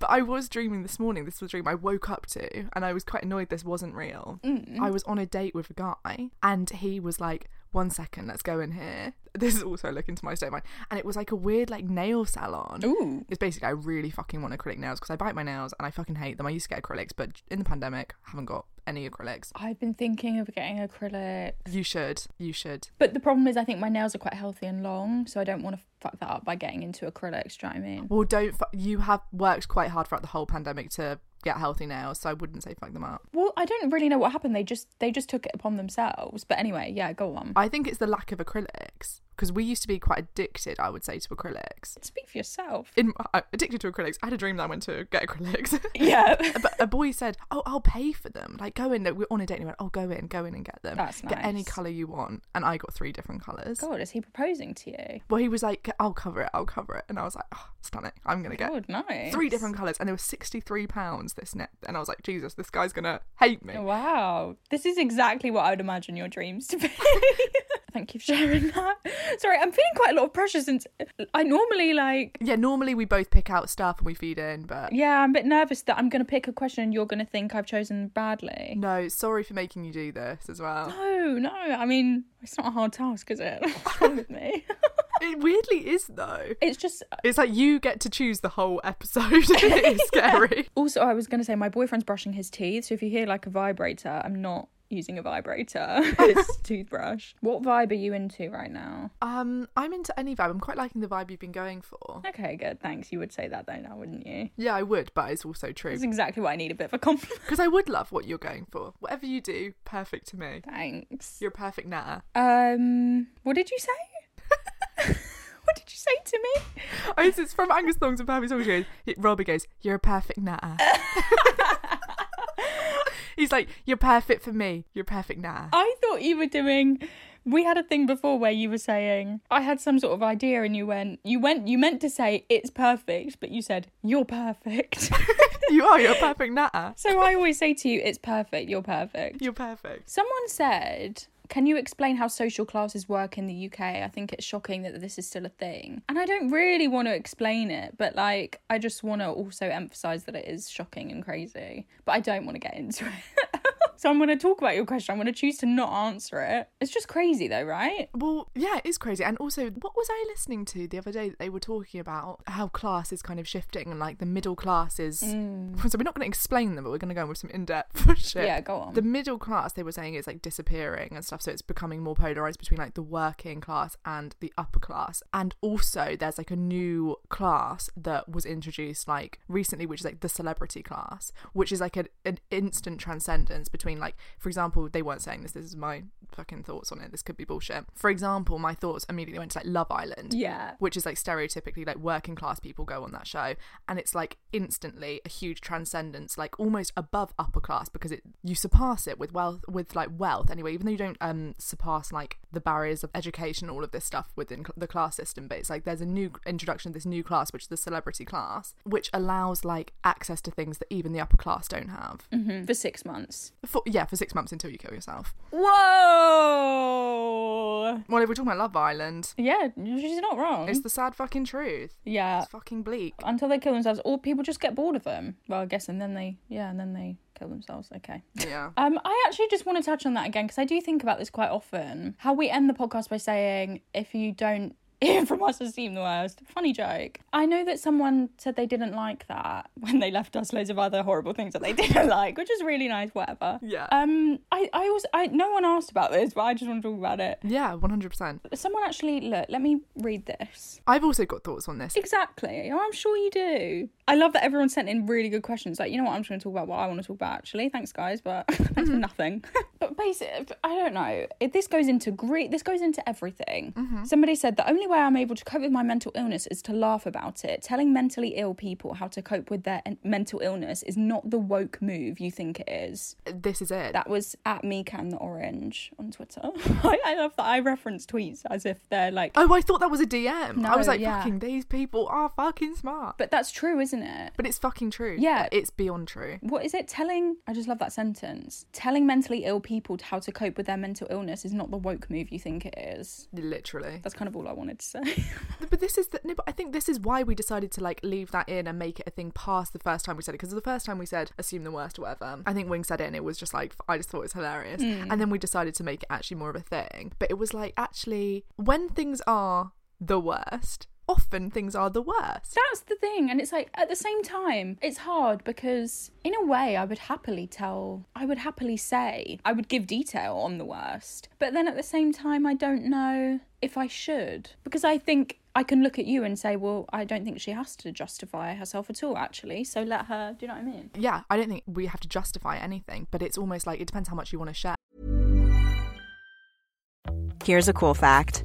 Speaker 2: But I was dreaming this morning. This was a dream I woke up to, and I was quite annoyed this wasn't real.
Speaker 4: Mm.
Speaker 2: I was on a date with a guy, and he was like, one second, let's go in here. This is also a look into my state of mind. And it was like a weird, like, nail salon.
Speaker 4: Ooh.
Speaker 2: It's basically, I really fucking want acrylic nails because I bite my nails and I fucking hate them. I used to get acrylics, but in the pandemic, haven't got any acrylics.
Speaker 4: I've been thinking of getting acrylic,
Speaker 2: You should. You should.
Speaker 4: but the problem is, I think my nails are quite healthy and long, so I don't want to fuck that up by getting into acrylics. Do you know what I mean?
Speaker 2: Well, don't. Fu- you have worked quite hard throughout the whole pandemic to get healthy nails, so I wouldn't say fuck them up.
Speaker 4: Well, I don't really know what happened. They just they just took it upon themselves. But anyway, yeah, go on.
Speaker 2: I think it's the lack of acrylics because we used to be quite addicted, I would say, to acrylics.
Speaker 4: Speak for yourself.
Speaker 2: [LAUGHS] In uh, addicted to acrylics, I had a dream that I went to get acrylics. [LAUGHS]
Speaker 4: Yeah.
Speaker 2: but a boy said, "Oh, I'll pay for them. Like go in. We're on a date. And he went, oh, go in, go in and get them.
Speaker 4: That's
Speaker 2: get any
Speaker 4: nice.
Speaker 2: color you want." And I got three different colors.
Speaker 4: [LAUGHS] God, is he proposing to you?
Speaker 2: Well, he was like, "I'll cover it. I'll cover it," and I was like, oh, "Stunning! I'm gonna get
Speaker 4: God, nice.
Speaker 2: three different colors." And they were sixty-three pounds this net, and I was like, "Jesus, this guy's gonna hate
Speaker 4: Oh,
Speaker 2: me."
Speaker 4: Wow. This is exactly what I would imagine your dreams to be.
Speaker 2: [LAUGHS]
Speaker 4: Thank you for sharing that. Sorry, I'm feeling quite a lot of pressure since I normally like
Speaker 2: Yeah, normally we both pick out stuff and we feed in, but
Speaker 4: yeah, I'm a bit nervous that I'm gonna pick a question and you're gonna think I've chosen badly.
Speaker 2: no, sorry for making you do this as well.
Speaker 4: [LAUGHS] No, no, I mean it's not a hard task, is it? [LAUGHS] What's wrong with me? [LAUGHS]
Speaker 2: It weirdly is though.
Speaker 4: it's just
Speaker 2: It's like you get to choose the whole episode. [LAUGHS] it is
Speaker 4: [LAUGHS]
Speaker 2: scary.
Speaker 4: also I was gonna say my boyfriend's brushing his teeth, so if you hear like a vibrator, I'm not using a vibrator. [LAUGHS] it's a toothbrush. What vibe are you into right now?
Speaker 2: Um, I'm into any vibe. I'm quite liking the vibe you've been going for.
Speaker 4: Okay, good. Thanks. You would say that though now, wouldn't you?
Speaker 2: Yeah, I would, but it's also true
Speaker 4: That's exactly what I need a bit of a compliment. [LAUGHS]
Speaker 2: because I would love what you're going for. Whatever you do, perfect to me.
Speaker 4: Thanks.
Speaker 2: You're a perfect natter.
Speaker 4: Um, what did you say? [LAUGHS] what did you say to me?
Speaker 2: Oh, it's, it's from Angus Thongs and Perfect Songs. He goes- Robbie goes, "You're a perfect
Speaker 4: [LAUGHS]
Speaker 2: natter." He's like, "You're perfect for me. You're a perfect natter."
Speaker 4: I thought you were doing. We had a thing before where you were saying I had some sort of idea, and you went, you went, you meant to say it's perfect, but you said you're perfect. [LAUGHS]
Speaker 2: you are. You're a perfect natter.
Speaker 4: so I always say to you, it's perfect. You're perfect.
Speaker 2: You're perfect.
Speaker 4: Someone said, Can you explain how social classes work in the UK? I think it's shocking that this is still a thing. And I don't really want to explain it, but like, I just want to also emphasize that it is shocking and crazy, but I don't want to get into it. [LAUGHS] so I'm going to talk about your question. I'm going to choose to not answer it. It's just crazy though, right?
Speaker 2: Well, yeah, it is crazy. And also, what was I listening to the other day that they were talking about how class is kind of shifting and like the middle class is. So, we're not going to explain them, but we're going to go in with some in depth [LAUGHS] shit.
Speaker 4: Mm. Yeah, go on.
Speaker 2: The middle class, they were saying, is like disappearing and stuff. So, it's becoming more polarized between like the working class and the upper class. And also, there's like a new class that was introduced like recently, which is like the celebrity class, which is like an, an instant transcendence between like, for example, they weren't saying this, this is my fucking thoughts on it. This could be bullshit. For example, my thoughts immediately went to like Love Island.
Speaker 4: Yeah.
Speaker 2: Which is like stereotypically like working class people go on that show. And it's like instantly a huge transcendence, like almost above upper class because it you surpass it with wealth with like wealth anyway, even though you don't um surpass like the barriers of education, all of this stuff within cl- the class system. But it's like there's a new introduction of this new class, which is the celebrity class, which allows like access to things that even the upper class don't have.
Speaker 4: Mhm, For six months.
Speaker 2: For, yeah, for six months until you kill yourself.
Speaker 4: Whoa!
Speaker 2: Well, if we're talking about Love Island,
Speaker 4: Yeah, she's not wrong.
Speaker 2: it's the sad fucking truth.
Speaker 4: Mm. yeah.
Speaker 2: It's fucking bleak.
Speaker 4: until they kill themselves or people just get bored of them well i guess and then they yeah and then they kill themselves okay
Speaker 2: Yeah.
Speaker 4: um i actually just want to touch on that again because i do think about this quite often how we end the podcast by saying if you don't [LAUGHS] hear from us assume the worst funny joke i know that someone said they didn't like that [LAUGHS] when they left us loads of other horrible things that they [LAUGHS] didn't like which is really nice whatever
Speaker 2: Yeah.
Speaker 4: um i i was i no one asked about this but i just want to talk about it
Speaker 2: yeah, 100%.
Speaker 4: someone actually look let me read this
Speaker 2: I've also got thoughts on this.
Speaker 4: Exactly. Oh, I'm sure you do. I love that [LAUGHS] everyone sent in really good questions. Like, you know what? I'm just going to talk about what I want to talk about, actually. Thanks, guys, but thanks for nothing. Mm-hmm. But basically, I don't know. It, this goes into grief. This goes into everything. Somebody said the only way I'm able to cope with my mental illness is to laugh about it. Telling mentally ill people how to cope with their en- mental illness is not the woke move you think it is.
Speaker 2: This is it.
Speaker 4: That was at me can the orange on Twitter. [LAUGHS] I, I love that I reference tweets as if they're like.
Speaker 2: oh, I thought that was a DM. I was
Speaker 4: No,
Speaker 2: like,
Speaker 4: yeah.
Speaker 2: fucking, these people are fucking smart. But,
Speaker 4: But that's true, isn't it?
Speaker 2: it's fucking true.
Speaker 4: Yeah.
Speaker 2: It's beyond true.
Speaker 4: What is it telling? I just love that sentence. Telling mentally ill people how to cope with their mental illness is not the woke move you think it is.
Speaker 2: Literally.
Speaker 4: That's kind of all I wanted to say. [LAUGHS]
Speaker 2: But this is the, no, but I think this is why we decided to like leave that in and make it a thing past the first time we said it because the first time we said assume the worst or whatever. I think Wing said it and it was just like I just thought it was hilarious,
Speaker 4: Hmm.
Speaker 2: and then we decided to make it actually more of a thing. But it was like actually when things are the worst, often things are the worst.
Speaker 4: That's the thing. And it's like, at the same time, it's hard because, in a way, I would happily tell, I would happily say, I would give detail on the worst. But then at the same time, I don't know if I should. Because I think I can look at you and say, well, I don't think she has to justify herself at all, actually. So let her, do you know what I mean?
Speaker 2: Yeah, I don't think we have to justify anything, but it's almost like it depends how much you want to share.
Speaker 5: Here's a cool fact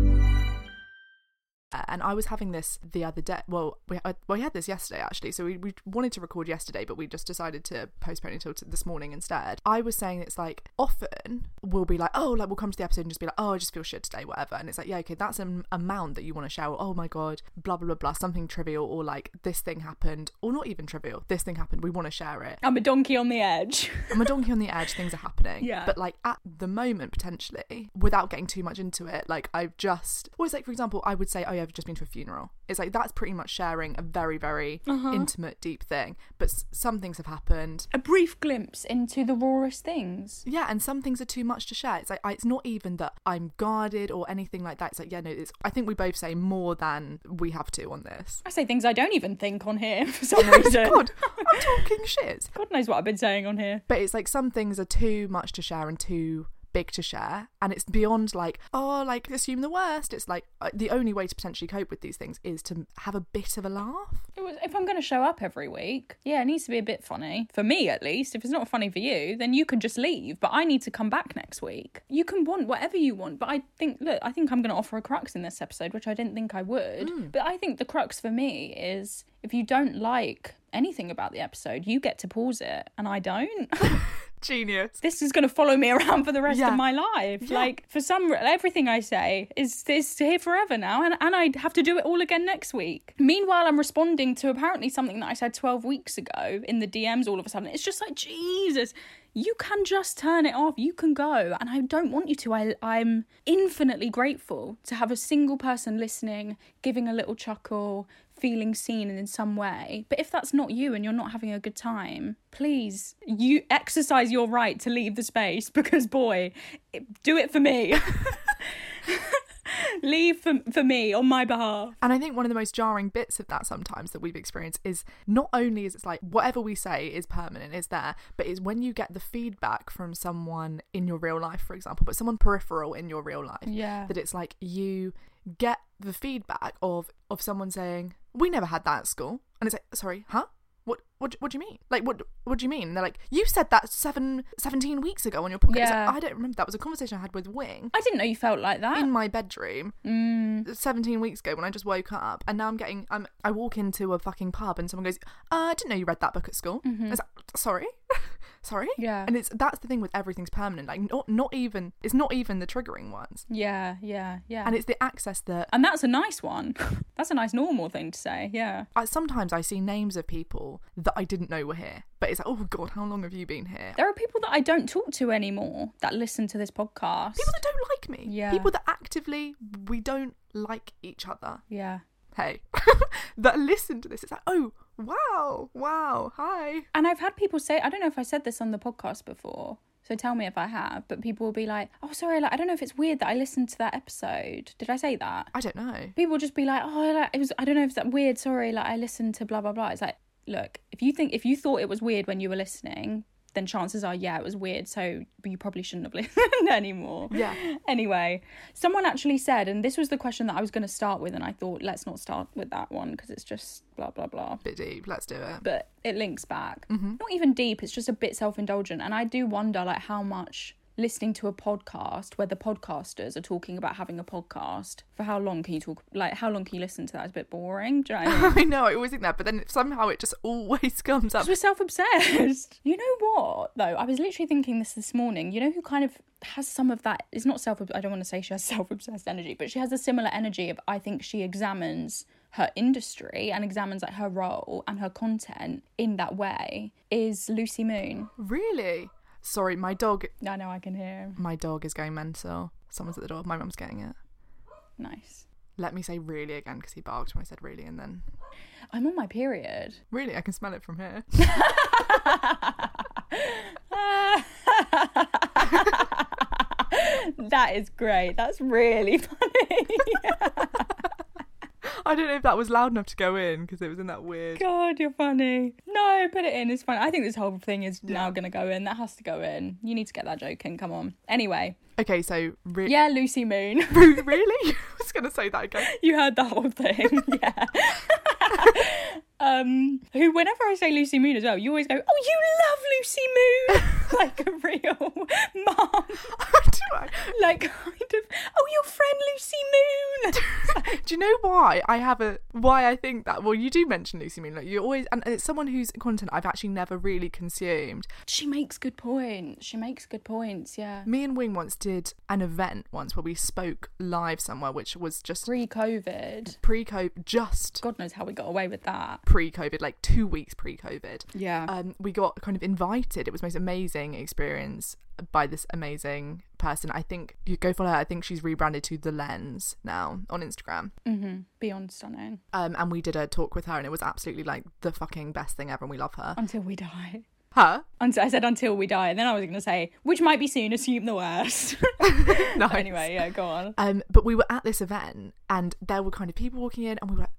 Speaker 2: Uh, and I was having this the other day. Well, we had, well, we had this yesterday actually. So we, we wanted to record yesterday, but we just decided to postpone it until t- this morning instead. I was saying it's like often we'll be like, oh, like we'll come to the episode and just be like, oh, I just feel shit today, whatever. And it's like, yeah, okay, that's an amount that you want to share. Oh my god, blah blah blah blah, something trivial or like this thing happened, or not even trivial. This thing happened. We want to share it.
Speaker 4: I'm a donkey on the edge. [LAUGHS]
Speaker 2: I'm a donkey on the edge, things are happening.
Speaker 4: Yeah.
Speaker 2: But like at the moment, potentially, without getting too much into it, like I've just always like for example, I would say, Oh yeah, I've just been to a funeral. It's like that's pretty much sharing a very, very intimate, deep thing. But s- some things have happened.
Speaker 4: a brief glimpse into the rawest things.
Speaker 2: Yeah, and some things are too much to share. It's like I, it's not even that I'm guarded or anything like that. It's like yeah, no. It's I think we both say more than we have to on
Speaker 4: [LAUGHS]
Speaker 2: this.
Speaker 4: I say things I don't even think on here [LAUGHS] for some
Speaker 2: [LAUGHS]
Speaker 4: reason.
Speaker 2: God, I'm talking shit.
Speaker 4: [LAUGHS] God knows what I've been saying on here.
Speaker 2: but it's like some things are too much to share and too big to share and it's beyond like oh like assume the worst it's like uh, the only way to potentially cope with these things is to have a bit of a laugh
Speaker 4: It was, if I'm going to show up every week, yeah, it needs to be a bit funny. For me, at least. If it's not funny for you, then you can just leave. But I need to come back next week. You can want whatever you want. But I think, look, I think I'm going to offer a crux in this episode, which I didn't think I would.
Speaker 2: Mm.
Speaker 4: But I think the crux for me is if you don't like anything about the episode, you get to pause it. And I don't.
Speaker 2: genius
Speaker 4: this is going to follow me [LAUGHS] around for the rest
Speaker 2: Yeah.
Speaker 4: of my life.
Speaker 2: Yeah.
Speaker 4: Like for some, everything I say is is here forever now, and and I have to do it all again next week. Meanwhile, I'm responding to apparently something that I said 12 weeks ago in the DMs. All of a sudden, it's just like Jesus. You can just turn it off. You can go, and I don't want you to. I I'm infinitely grateful to have a single person listening, giving a little chuckle. Feeling seen in some way, but if that's not you and you're not having a good time, please you exercise your right [LAUGHS] to leave the space because boy it- do it for me [LAUGHS] Leave for, for me on my behalf.
Speaker 2: And I think one of the most jarring bits of that sometimes that we've experienced is not only is it's like whatever we say is permanent, is there, but it's when you get the feedback from someone in your real life, for example, but someone peripheral in your real life.
Speaker 4: Yeah.
Speaker 2: That it's like you get the feedback of of someone saying, We never had that at school. And it's like, sorry, huh? What, what, what do you mean? Like, what what do you mean? And they're like, you said that seven, 17 weeks ago on your podcast. It's like,
Speaker 4: Yeah. Ah.
Speaker 2: I don't remember. That was a conversation I had with Wing
Speaker 4: I didn't know you felt like that. Mm,
Speaker 2: in my bedroom 17 weeks ago when I just woke up and now I'm getting I'm, I walk into a fucking pub and someone goes uh, I didn't know you read that book at school It's like, sorry [LAUGHS] sorry
Speaker 4: Mm-hmm. Yeah.
Speaker 2: and it's that's the thing with everything's permanent like not not even it's not even the triggering ones
Speaker 4: yeah, yeah, yeah.
Speaker 2: and it's the access that
Speaker 4: and that's a nice one. [LAUGHS] that's a nice normal thing to say. Yeah.
Speaker 2: I, sometimes I see names of people that I didn't know were here but it's like oh god how long have you been here
Speaker 4: There are people that I don't talk to anymore that listen to this podcast.
Speaker 2: people that don't like me
Speaker 4: Yeah.
Speaker 2: people that actively we don't like each other
Speaker 4: yeah.
Speaker 2: hey, [LAUGHS] that listen to this. It's like, oh, wow, wow, hi.
Speaker 4: And I've had people say, I don't know if I said this on the podcast before, so tell me if I have, but people will be like, oh, sorry, like, I don't know if it's weird that I listened to that episode. Did I say that?
Speaker 2: I don't know.
Speaker 4: People will just be like, oh, like, it was, I don't know if that weird, sorry, like, I listened to blah, blah, blah. It's like, look, if you think, if you thought it was weird when you were listening, then chances are, yeah, it was weird, so you probably shouldn't have [LAUGHS] listened anymore.
Speaker 2: Yeah.
Speaker 4: Anyway, someone actually said, and this was the question that I was going to start with, and I thought, let's not start with that one because it's just blah, blah, blah
Speaker 2: Bit deep. Let's do it.
Speaker 4: but it links back. Not even deep, it's just a bit self indulgent. And I do wonder like how much listening to a podcast where the podcasters are talking about having a podcast, for how long can you talk like how long can you listen to that? It's a bit boring. Do you know what I
Speaker 2: [LAUGHS]
Speaker 4: mean?
Speaker 2: I know. I always think that, but then somehow it just always [LAUGHS] comes up.
Speaker 4: Because we're self obsessed. [LAUGHS] You know what, though? I was literally thinking this this morning. You know who kind of has some of that? It's not self, I don't want to say she has [LAUGHS] self obsessed energy, but she has a similar energy of I think she examines her industry and examines like her role and her content in that way is Lucy Moon.
Speaker 2: Really? Sorry, my dog.
Speaker 4: I know I can hear him.
Speaker 2: My dog is going mental. Someone's at the door. My mum's getting it.
Speaker 4: Nice.
Speaker 2: Let me say really again because he barked when I said really, and then
Speaker 4: I'm on my period. [LAUGHS]
Speaker 2: really, I can smell it from here.
Speaker 4: that is great. That's really [LAUGHS] funny.
Speaker 2: I don't know if that was loud enough to go in because it was in that weird.
Speaker 4: God, you're funny. No, put it in. It's fine. I think this whole thing is now going to go in. That has to go in. You need to get that joke in. Come on. Anyway,
Speaker 2: Okay, so re-
Speaker 4: yeah, Lucy Moon.
Speaker 2: [LAUGHS]
Speaker 4: [LAUGHS]
Speaker 2: really, [LAUGHS] I was gonna say that again. [LAUGHS]
Speaker 4: you heard that whole thing. [LAUGHS] yeah. um, who, whenever I say Lucy Moon as well, you always go, Oh, you love Lucy Moon. like a real mom.
Speaker 2: Do I? [LAUGHS]
Speaker 4: like, kind of, Oh, your friend
Speaker 2: [LAUGHS]
Speaker 4: Lucy Moon.
Speaker 2: do you know why I have a why I think that? Well, you do mention Lucy Moon. Like you always, and it's someone whose content I've actually never really consumed.
Speaker 4: she makes good points. She makes good points. Yeah.
Speaker 2: Me and Wing once did an event once where we spoke live somewhere, which was just
Speaker 4: Pre COVID.
Speaker 2: pre-COVID, just
Speaker 4: God knows how we got away with that.
Speaker 2: pre-COVID, like two weeks pre-COVID.
Speaker 4: Yeah.
Speaker 2: Um, we got kind of invited. It was the most amazing experience by this amazing person. I think you go follow her. I think she's rebranded to the Lens now on Instagram.
Speaker 4: Mm-hmm. Beyond stunning.
Speaker 2: Um, and we did a talk with her, and it was absolutely like the fucking best thing ever. And we love her.
Speaker 4: Until we die.
Speaker 2: Her.
Speaker 4: [LAUGHS]
Speaker 2: [LAUGHS]
Speaker 4: Until I said until we die, and then I was going to say, which might be soon, assume the worst. [LAUGHS]
Speaker 2: no.
Speaker 4: But anyway, yeah, go [LAUGHS] on.
Speaker 2: Um, but we were at this event and there were kind of people walking in and we were like,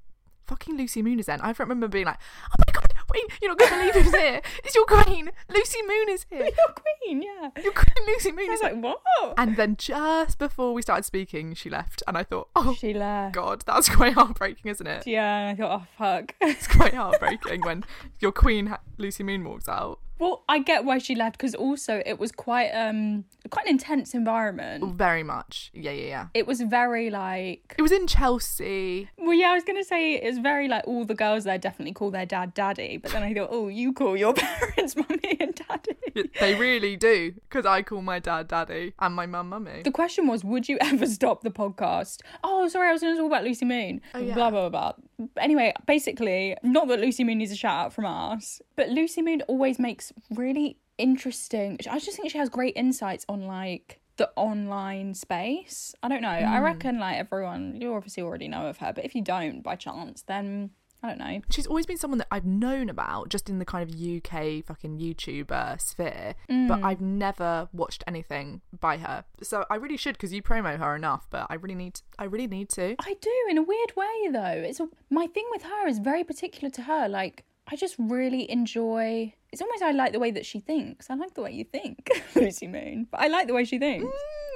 Speaker 2: fucking Lucy Moon is in. I remember being like, oh my god, wait, you're not going to believe who's here. It's your queen. Lucy Moon is here.
Speaker 4: Your queen, [LAUGHS] yeah.
Speaker 2: Your queen, Lucy Moon
Speaker 4: I
Speaker 2: is
Speaker 4: was
Speaker 2: here.
Speaker 4: like, whoa.
Speaker 2: And then just before we started speaking, she left. And I thought, oh
Speaker 4: [LAUGHS] she left.
Speaker 2: god, that's [LAUGHS] quite heartbreaking, isn't it?
Speaker 4: Yeah, and I thought, oh, [LAUGHS] fuck.
Speaker 2: It's quite heartbreaking when your queen, ha- Lucy Moon, walks out.
Speaker 4: well, I get why she left because also it was quite um quite an intense environment.
Speaker 2: Very much. Yeah, yeah, yeah.
Speaker 4: It was very like,
Speaker 2: It was in Chelsea.
Speaker 4: well, yeah, I was gonna say it's very like all the girls there definitely call their dad daddy, but then I thought, oh, you call your [LAUGHS] parents mummy and daddy.
Speaker 2: They really do. Because I call my dad daddy and my mum mummy.
Speaker 4: The question was, would you [LAUGHS] ever stop the podcast? Oh, sorry, I was going to talk about Lucy Moon. Blah, blah, blah. blah. Anyway, basically, not that Lucy Moon needs a shout out from us, but Lucy Moon always makes really interesting. I just think she has great insights on like the online space. I don't know. I reckon like everyone, you obviously already know of her, but if you don't by chance, then I don't know.
Speaker 2: She's always been someone that I've known about just in the kind of UK fucking YouTuber sphere,
Speaker 4: Mm.
Speaker 2: but I've never watched anything by her. So I really should because you promo her enough, but I really need I really need
Speaker 4: [LAUGHS]
Speaker 2: to.
Speaker 4: I do in a weird way though. It's a, my thing with her is very particular to her. Like I just really enjoy. It's almost I like the way that she thinks. I like the way you think, [LAUGHS] Lucy Moon. But I like the way she thinks.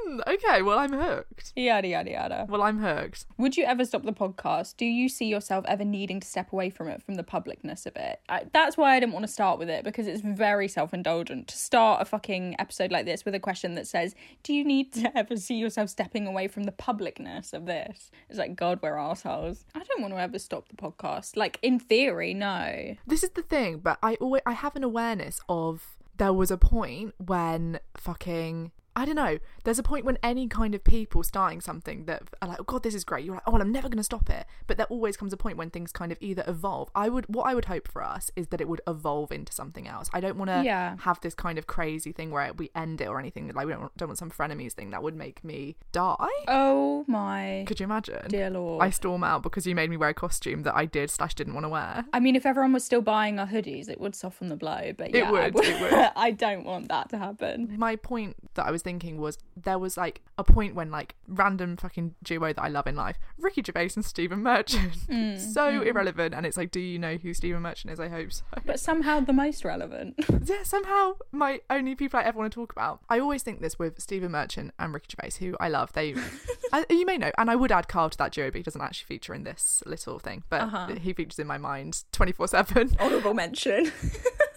Speaker 2: Hmm, okay, well I'm hooked.
Speaker 4: Yada yada yada.
Speaker 2: Well I'm hooked.
Speaker 4: Would you ever stop the podcast? Do you see yourself ever needing to step away from it, from the publicness of it? I, that's why I didn't want to start with it because it's very self indulgent to start a fucking episode like this with a question that says, Do you need to [LAUGHS] ever see yourself stepping away from the publicness of this? It's like, God, we're assholes. I don't want to ever stop the podcast. Like, in theory, no.
Speaker 2: This is the thing, but I always I have an awareness of there was a point when fucking I don't know. There's a point when any kind of people starting something that are like, oh god, this is great. You're like, oh, well, I'm never going to stop it. But there always comes a point when things kind of either evolve. I would, what I would hope for us is that it would evolve into something else. I don't want to
Speaker 4: Yeah.
Speaker 2: have this kind of crazy thing where we end it or anything. Like we don't want, don't want some frenemies thing that would make me die.
Speaker 4: Oh my.
Speaker 2: Could you imagine?
Speaker 4: Dear Lord.
Speaker 2: I storm out because you made me wear a costume that I did slash didn't want to wear.
Speaker 4: I mean, if everyone was still buying our hoodies, it would soften the blow. But
Speaker 2: It
Speaker 4: yeah, I
Speaker 2: would, it would.
Speaker 4: [LAUGHS] I don't want that to happen.
Speaker 2: my point that I was thinking was there was like a point when like random fucking duo that I love in life, Ricky Gervais and Stephen Merchant, [LAUGHS] so irrelevant, and it's like, do you know who Stephen Merchant is? I hope so. [LAUGHS]
Speaker 4: But somehow the most relevant. [LAUGHS]
Speaker 2: yeah, somehow my only people I ever want to talk about. I always think this with Stephen Merchant and Ricky Gervais, who I love. They, I, you may know, and I would add Carl to that duo, but he doesn't actually feature in this little thing, but he features in my mind twenty four seven.
Speaker 4: Honorable mention.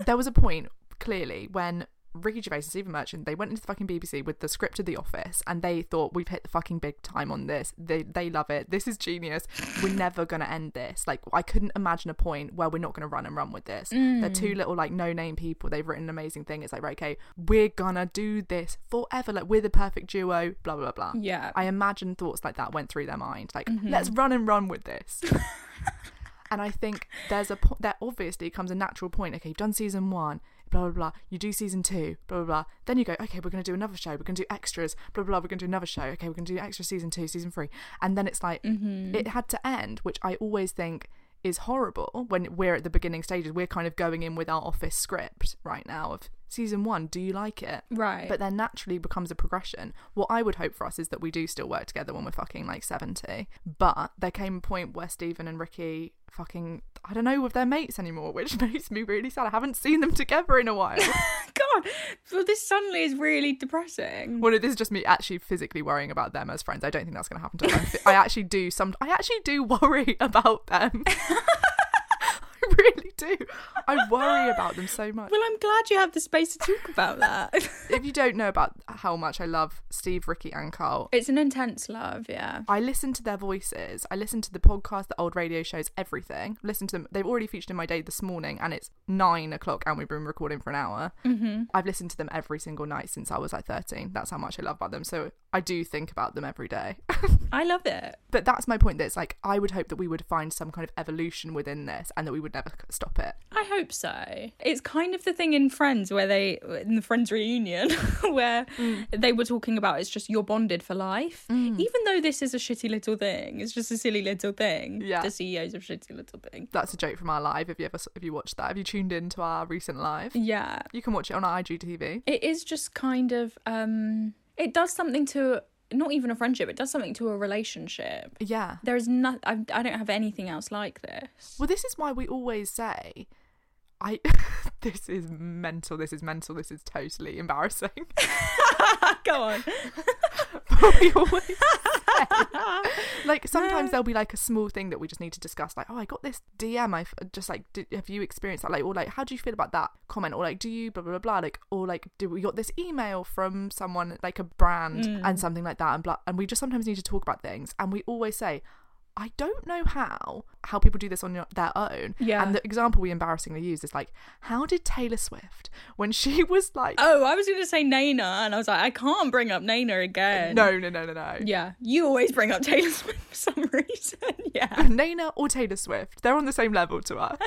Speaker 2: there was a point clearly when Ricky Gervais and Stephen Merchant they went into the fucking BBC with the script of The Office and they thought we've hit the fucking big time on this. They they love it. This is genius. We're never gonna end this. Like I couldn't imagine a point where we're not gonna run and run with this. They're two little like no name people. They've written an amazing thing. It's like right, okay, we're gonna do this forever. Like we're the perfect duo. Blah blah blah.
Speaker 4: Yeah.
Speaker 2: I imagine thoughts like that went through their mind. Like let's run and run with this. And I think there's a po- there obviously comes a natural point. Okay, you've done season one, blah blah blah. You do season two, blah blah blah. Then you go, okay, we're gonna do another show. We're gonna do extras, blah blah. blah. We're gonna do another show. Okay, we're gonna do extra season two, season three, and then it's like it had to end, which I always think is horrible when we're at the beginning stages. We're kind of going in with our office script right now of season one. Do you like it?
Speaker 6: Right.
Speaker 2: But then naturally becomes a progression. What I would hope for us is that we do still work together when we're fucking like 70. But there came a point where Stephen and Ricky fucking, I don't know, with their mates anymore, which [LAUGHS] makes me really sad. I haven't seen them together in a while.
Speaker 4: God, well, this suddenly is really depressing.
Speaker 2: well, no, this is just me actually physically worrying about them as friends. I don't think that's going to happen to them. I actually do some, I actually do worry [LAUGHS] about them. I really do. I worry about them so much.
Speaker 4: Well, I'm glad you have the space to talk about that. [LAUGHS]
Speaker 2: if you don't know about how much I love Steve, Ricky, and Carl,
Speaker 6: It's an intense love, yeah.
Speaker 2: I listen to their voices. I listen to the podcast, the old radio shows, everything. Listen to them. They've already featured in my day this morning, and it's nine o'clock, and we've been recording for an hour. Mm-hmm. I've listened to them every single night since I was like thirteen. That's how much I love about them. So I do think about them every day. [LAUGHS]
Speaker 4: I love it.
Speaker 2: but that's my point. That it's like I would hope that we would find some kind of evolution within this, and that we would never stop it.
Speaker 4: I hope so. It's kind of the thing in Friends where they, in the Friends reunion, [LAUGHS] where they were talking about it's just you're bonded for life. Even though this is a shitty little thing, it's just a silly little thing.
Speaker 2: Yeah.
Speaker 4: The CEO's of shitty little thing.
Speaker 2: That's a joke from our live. If you ever, if you watched that, have you tuned in to our recent live?
Speaker 4: Yeah.
Speaker 2: You can watch it on our IGTV.
Speaker 6: It is just kind of um it does something to not even a friendship, it does something to a relationship.
Speaker 2: Yeah.
Speaker 6: There is not I, I don't have anything else like this.
Speaker 2: Well, this is why we always say, I. [LAUGHS] this is mental. This is mental. This is totally embarrassing.
Speaker 4: [LAUGHS]
Speaker 2: [LAUGHS]
Speaker 4: Go on.
Speaker 2: But we always say, like sometimes there'll be like a small thing that we just need to discuss. Like, oh, I got this DM. I f- just like, did, have you experienced that? Like, or like, how do you feel about that comment? Or like, do you blah blah blah blah? Like, or like, do we got this email from someone like a brand
Speaker 4: Mm.
Speaker 2: and something like that? And blah. And we just sometimes need to talk about things. And we always say. I don't know how how people do this on your, their own.
Speaker 6: Yeah.
Speaker 2: And the example we embarrassingly use is like, how did Taylor Swift when she [LAUGHS] was like,
Speaker 4: Oh, I was going to say Nana, and I was like, I can't bring up Nana again.
Speaker 2: no, no, no, no, no.
Speaker 4: Yeah. You always bring up Taylor Swift for some [LAUGHS] reason.
Speaker 2: [LAUGHS]
Speaker 4: Yeah.
Speaker 2: Nana or Taylor Swift, they're on the same level to us.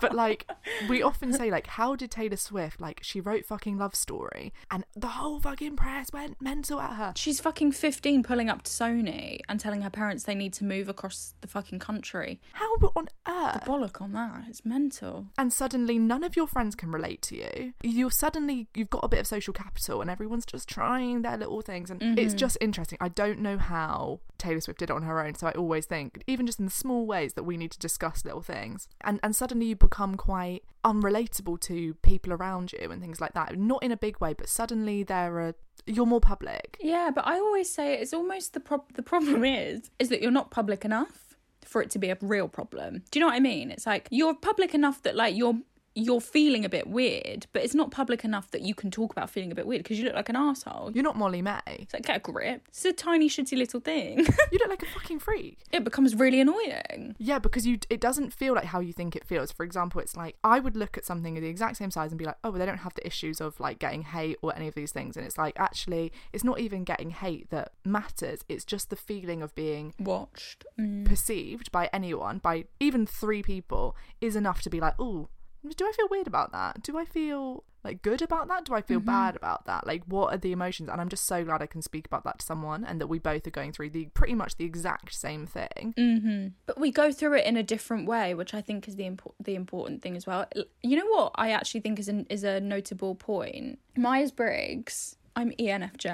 Speaker 2: But like, we often say like, how did Taylor Swift like she wrote fucking Love Story and the whole fucking press went mental at her.
Speaker 6: She's fucking 15 pulling up to Sony and telling her parents they need to move
Speaker 4: move across the fucking country.
Speaker 2: How on
Speaker 4: The
Speaker 2: earth?
Speaker 4: bollock on that. It's mental.
Speaker 2: and suddenly none of your friends can relate to you. You're suddenly you've got a bit of social capital and everyone's just trying their little things and it's just interesting. I don't know how Taylor Swift did it on her own, so I always think even just in the small ways that we need to discuss little things. And and suddenly you become quite unrelatable to people around you and things like that. Not in a big way, but suddenly there are you're more public.
Speaker 4: Yeah, but I always say it's almost the prob- the problem [LAUGHS] is is that you're not public enough for it to be a real problem. Do you know what I mean? It's like you're public enough that like you're you're feeling a bit weird, but it's not public enough that you can talk about feeling a bit weird because you look like an asshole.
Speaker 2: You're not Molly May.
Speaker 4: It's like get a grip. It's a tiny shitty little thing.
Speaker 2: You look like a fucking freak.
Speaker 4: [LAUGHS] it becomes really annoying.
Speaker 2: Yeah, because you it doesn't feel like how you think it feels. For example, it's like I would look at something of the exact same size and be like, "Oh, well, they don't have the issues of like getting hate or any of these things." And it's like actually, it's not even getting hate that matters. It's just the feeling of being
Speaker 4: Watched. Mm.
Speaker 2: perceived by anyone, by even three people, is enough to be like, "Oh, do I feel weird about that? Do I feel like good about that? Do I
Speaker 4: Mm-hmm.
Speaker 2: feel bad about that? Like, what are the emotions?" And I'm just so glad I can speak about that to someone, and that we both are going through the pretty much the exact same thing.
Speaker 4: hmm But we go through it in a different way, which I think is the impor- the important thing as well. L- You know what I actually think is an, is a notable point. Myers Briggs. I'm E ENFJ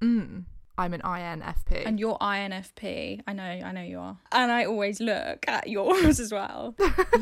Speaker 2: Mm. I'm an INFP.
Speaker 4: and you're INFP. I know, I know you are. And I always look at yours [LAUGHS] as well.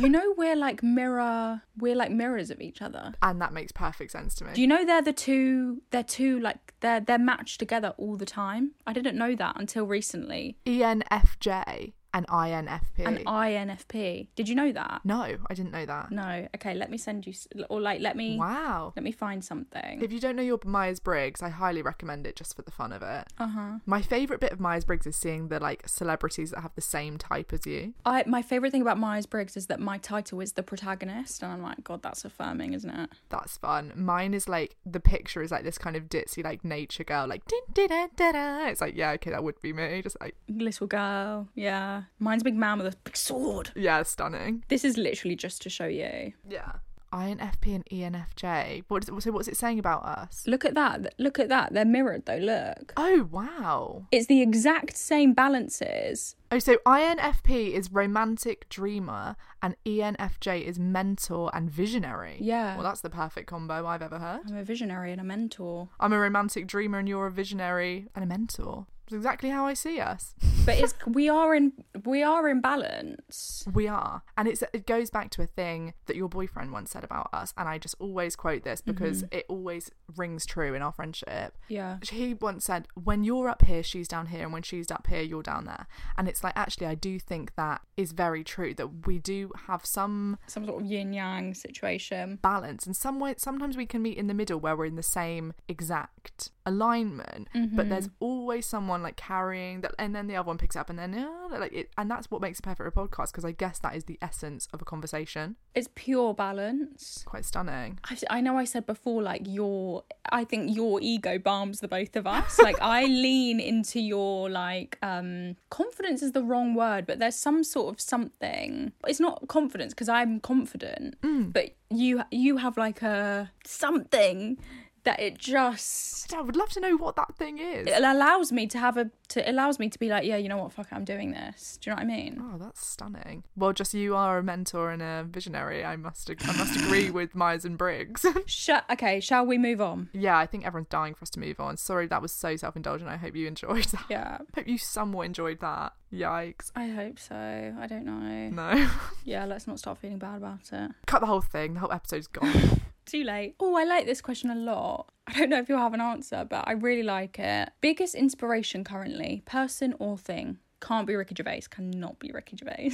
Speaker 4: you know we're like mirror, we're like mirrors of each other.
Speaker 2: and that makes perfect sense to me.
Speaker 4: Do you know they're the two? They're two like they're they're matched together all the time. I didn't know that until recently.
Speaker 2: E ENFJ and INFP.
Speaker 4: An INFP. Did you know that?
Speaker 2: no, I didn't know that.
Speaker 4: No. Okay, let me send you s- or like let me
Speaker 2: Wow.
Speaker 4: let me find something.
Speaker 2: If you don't know your Myers Briggs, I highly recommend it just for the fun of it.
Speaker 4: Uh huh.
Speaker 2: My favorite bit of Myers Briggs is seeing the like celebrities that have the same type as you.
Speaker 4: I my favorite thing about Myers Briggs is that my title is the protagonist, and I'm like, God, that's affirming, isn't it?
Speaker 2: That's fun. Mine is like the picture is like this kind of ditzy like nature girl like din din da da da. It's like yeah, okay, that would be me. Just like
Speaker 4: Little girl, yeah. Mine's a big man with a big sword.
Speaker 2: yeah, stunning.
Speaker 4: This is literally just to show you.
Speaker 2: Yeah. INFP and E ENFJ. What is it, so what's it saying about us?
Speaker 4: Look at that. Look at that. They're mirrored though. Look.
Speaker 2: Oh wow.
Speaker 4: It's the exact same balances.
Speaker 2: Oh, so INFP is romantic dreamer and E ENFJ is mentor and visionary.
Speaker 4: Yeah.
Speaker 2: Well, that's the perfect combo I've ever heard.
Speaker 4: I'm a visionary and a mentor.
Speaker 2: I'm a romantic dreamer and you're a visionary and a mentor. It's exactly how I see us.
Speaker 4: But it's we are in we are in balance.
Speaker 2: We are. And it's it goes back to a thing that your boyfriend once said about us and I just always quote this because
Speaker 4: Mm-hmm.
Speaker 2: it always rings true in our friendship.
Speaker 4: Yeah.
Speaker 2: He once said, when you're up here, she's down here, and when she's up here, you're down there. And it's like, actually, I do think that is very true that we do have some
Speaker 4: Some sort of yin yang situation.
Speaker 2: balance and some way, sometimes we can meet in the middle where we're in the same exact alignment but there's always someone like carrying that and then the other one picks up and then uh, like it and that's what makes it perfect for a podcast because i guess that is the essence of a conversation
Speaker 4: It's pure balance.
Speaker 2: it's quite stunning
Speaker 4: I, I know I said before, like your, I think your ego balms the both of us. Like I lean into your like um confidence is the wrong word, but there's some sort of something. It's not confidence because I'm confident, but you you have like a something that it just
Speaker 2: i would love to know what that thing is
Speaker 4: it allows me to have a to it allows me to be like yeah you know what fuck it, I'm doing this. Do you know what I mean?
Speaker 2: Oh, that's stunning. Well, just you are a mentor and a visionary. I must ag- I must [LAUGHS] agree with Myers and Briggs. [LAUGHS]
Speaker 4: Sh- okay, shall we move on?
Speaker 2: yeah, I think everyone's dying for us to move on. Sorry, that was so self indulgent. I hope you enjoyed that.
Speaker 4: Yeah,
Speaker 2: Hope you somewhat enjoyed that. [LAUGHS] Yikes.
Speaker 4: I hope so. I don't know.
Speaker 2: No.
Speaker 4: Yeah, let's not start feeling bad about it.
Speaker 2: Cut the whole thing. The whole episode's [LAUGHS] gone.
Speaker 4: Too late. Oh, I like this question a lot. I don't know if you'll have an answer, but I really like it. Biggest inspiration currently, person or thing? Can't be Ricky Gervais. Cannot be Ricky Gervais.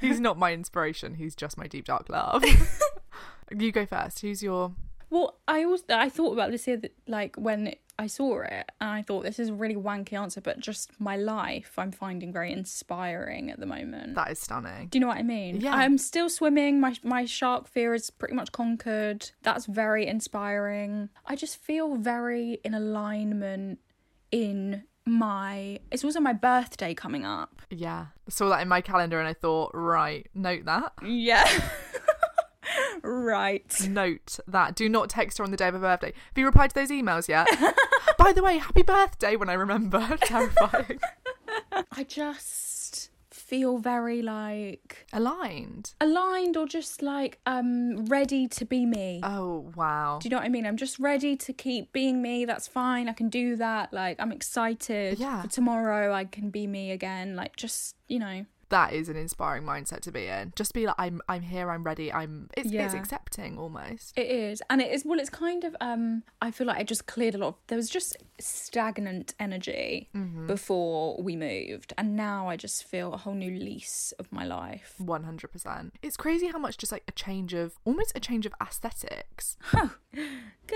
Speaker 2: he's not my inspiration. He's just my deep dark [LAUGHS] love. you go first. Who's your?
Speaker 4: well, I also I thought about this the other like when I saw it, and I thought this is a really wanky answer, but just my life I'm finding very inspiring at the moment.
Speaker 2: That is stunning.
Speaker 4: Do you know what I mean?
Speaker 2: Yeah.
Speaker 4: I'm still swimming. My my shark fear is pretty much conquered. That's very inspiring. I just feel very in alignment in my it's also my birthday coming up.
Speaker 2: Yeah, saw that in my calendar and I thought, right, note that.
Speaker 4: Yeah. right.
Speaker 2: Note that. Do not text her on the day of her birthday. Have you
Speaker 4: [LAUGHS]
Speaker 2: replied to those emails yet? By the way, happy birthday when I remember. [LAUGHS] Terrifying.
Speaker 4: I just feel very like
Speaker 2: Aligned.
Speaker 4: aligned or just like um ready to be me.
Speaker 2: Oh wow.
Speaker 4: do you know what I mean? I'm just ready to keep being me. That's fine. I can do that. Like I'm excited.
Speaker 2: Yeah.
Speaker 4: For tomorrow I can be me again. Like just, you know.
Speaker 2: that is an inspiring mindset to be in. Just be like, I'm, I'm here, I'm ready, I'm. It's, it's
Speaker 4: Yeah.
Speaker 2: accepting almost.
Speaker 4: It is. And it is well it's kind of um I feel like I just cleared a lot of there was just stagnant energy before we moved. And now I just feel a whole new lease of my life.
Speaker 2: One hundred percent. It's crazy how much just like a change of almost a change of aesthetics
Speaker 4: Good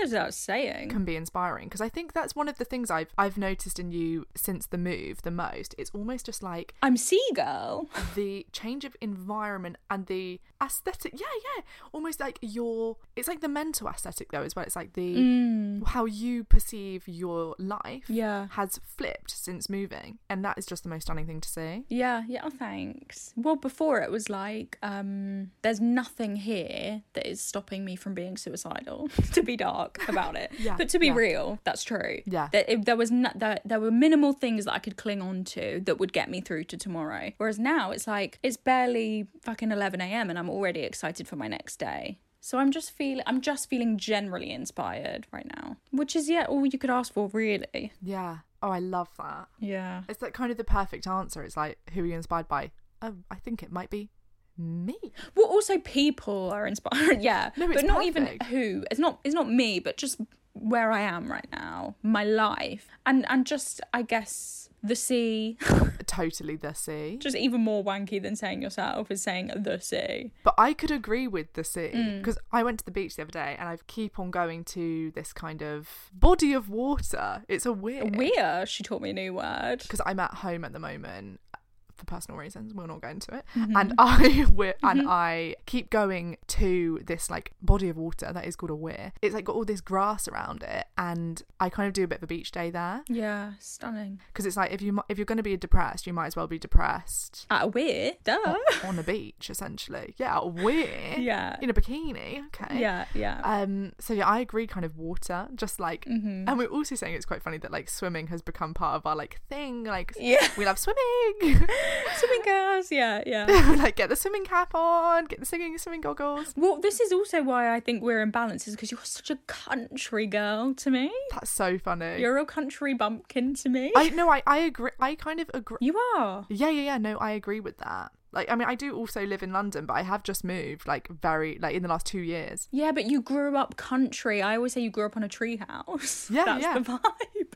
Speaker 4: without saying.
Speaker 2: can be inspiring. Because I think that's one of the things I've I've noticed in you since the move the most. It's almost just like
Speaker 4: I'm seagull.
Speaker 2: the change of environment and the aesthetic yeah yeah almost like your it's like the mental aesthetic though as well it's like the how you perceive your life
Speaker 4: Yeah.
Speaker 2: has flipped since moving and that is just the most stunning thing to see
Speaker 4: Yeah, yeah, oh, thanks. Well, before it was like, um, there's nothing here that is stopping me from being suicidal. [LAUGHS] to be dark about it,
Speaker 2: [LAUGHS] Yeah,
Speaker 4: but to be
Speaker 2: yeah.
Speaker 4: real, that's true.
Speaker 2: Yeah.
Speaker 4: that if there was no, there, there were minimal things that I could cling on to that would get me through to tomorrow. Whereas now it's like it's barely fucking 11 a.m. and I'm already excited for my next day. So I'm just feeling I'm just feeling generally inspired right now, which is yeah all you could ask for really.
Speaker 2: yeah oh i love that
Speaker 4: Yeah.
Speaker 2: it's like kind of the perfect answer it's like who are you inspired by oh i think it might be me
Speaker 4: Well, also people are inspired. [LAUGHS] yeah,
Speaker 2: No, it's
Speaker 4: but not even
Speaker 2: perfect.
Speaker 4: who. It's not. It's not me, but just where I am right now, my life, and and just I guess the sea. [LAUGHS]
Speaker 2: totally the sea
Speaker 4: just even more wanky than saying yourself is saying the sea.
Speaker 2: But I could agree with the sea because I went to the beach the other day and I keep on going to this kind of body of water. It's a weird.
Speaker 4: Weir, she taught me a new word.
Speaker 2: Because I'm at home at the moment uh, for personal reasons. We'll not go into it. And [LAUGHS] I we and I keep going to this like body of water that is called a weir. It's like got all this grass around it, and I kind of do a bit of a beach day there
Speaker 4: Yeah, stunning.
Speaker 2: because it's like if you mi- if you're going to be depressed, you might as well be depressed.
Speaker 4: At a weir, duh.
Speaker 2: On a beach, essentially, yeah, a weir,
Speaker 4: Yeah.
Speaker 2: in a bikini, okay,
Speaker 4: Yeah, yeah.
Speaker 2: um, so yeah, I agree. Kind of water, just like,
Speaker 4: Mm-hmm.
Speaker 2: and we're also saying it's quite funny that like swimming has become part of our like thing. Like,
Speaker 4: Yeah.
Speaker 2: we love
Speaker 4: [LAUGHS]
Speaker 2: swimming.
Speaker 4: [LAUGHS]
Speaker 2: [LAUGHS]
Speaker 4: Swimming girls, yeah, yeah.
Speaker 2: like, get the swimming cap on, get the singing swimming goggles.
Speaker 4: Well, this is also why I think we're in balance, is because you're such a country girl to me.
Speaker 2: That's so funny.
Speaker 4: You're a country bumpkin to me.
Speaker 2: I no, I I agree. I kind of agree.
Speaker 4: You are.
Speaker 2: Yeah, yeah, yeah. No, I agree with that. Like, I mean, I do also live in London, but I have just moved. Like, very like in the last two years.
Speaker 4: Yeah, but you grew up country. I always say you grew up on a treehouse. [LAUGHS]
Speaker 2: Yeah,
Speaker 4: That's
Speaker 2: yeah.
Speaker 4: the vibe.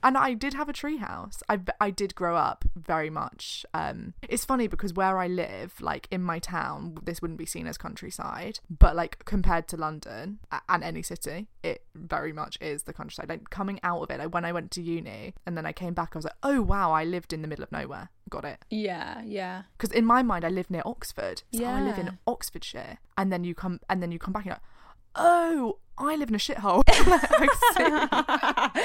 Speaker 2: and I did have a treehouse. I I did grow up very much. Um, it's funny because where I live, like in my town, this wouldn't be seen as countryside, but like compared to London a- and any city, it very much is the countryside. Like coming out of it, like when I went to uni and then I came back, I was like, oh wow, I lived in the middle of nowhere. Got it.
Speaker 4: Yeah,
Speaker 2: [LAUGHS]
Speaker 4: yeah.
Speaker 2: Because in my mind, I live near Oxford. So I live
Speaker 4: Yeah.
Speaker 2: in Oxfordshire, and then you come and then you come back and you're like, oh, I live in a shithole. [LAUGHS] I see.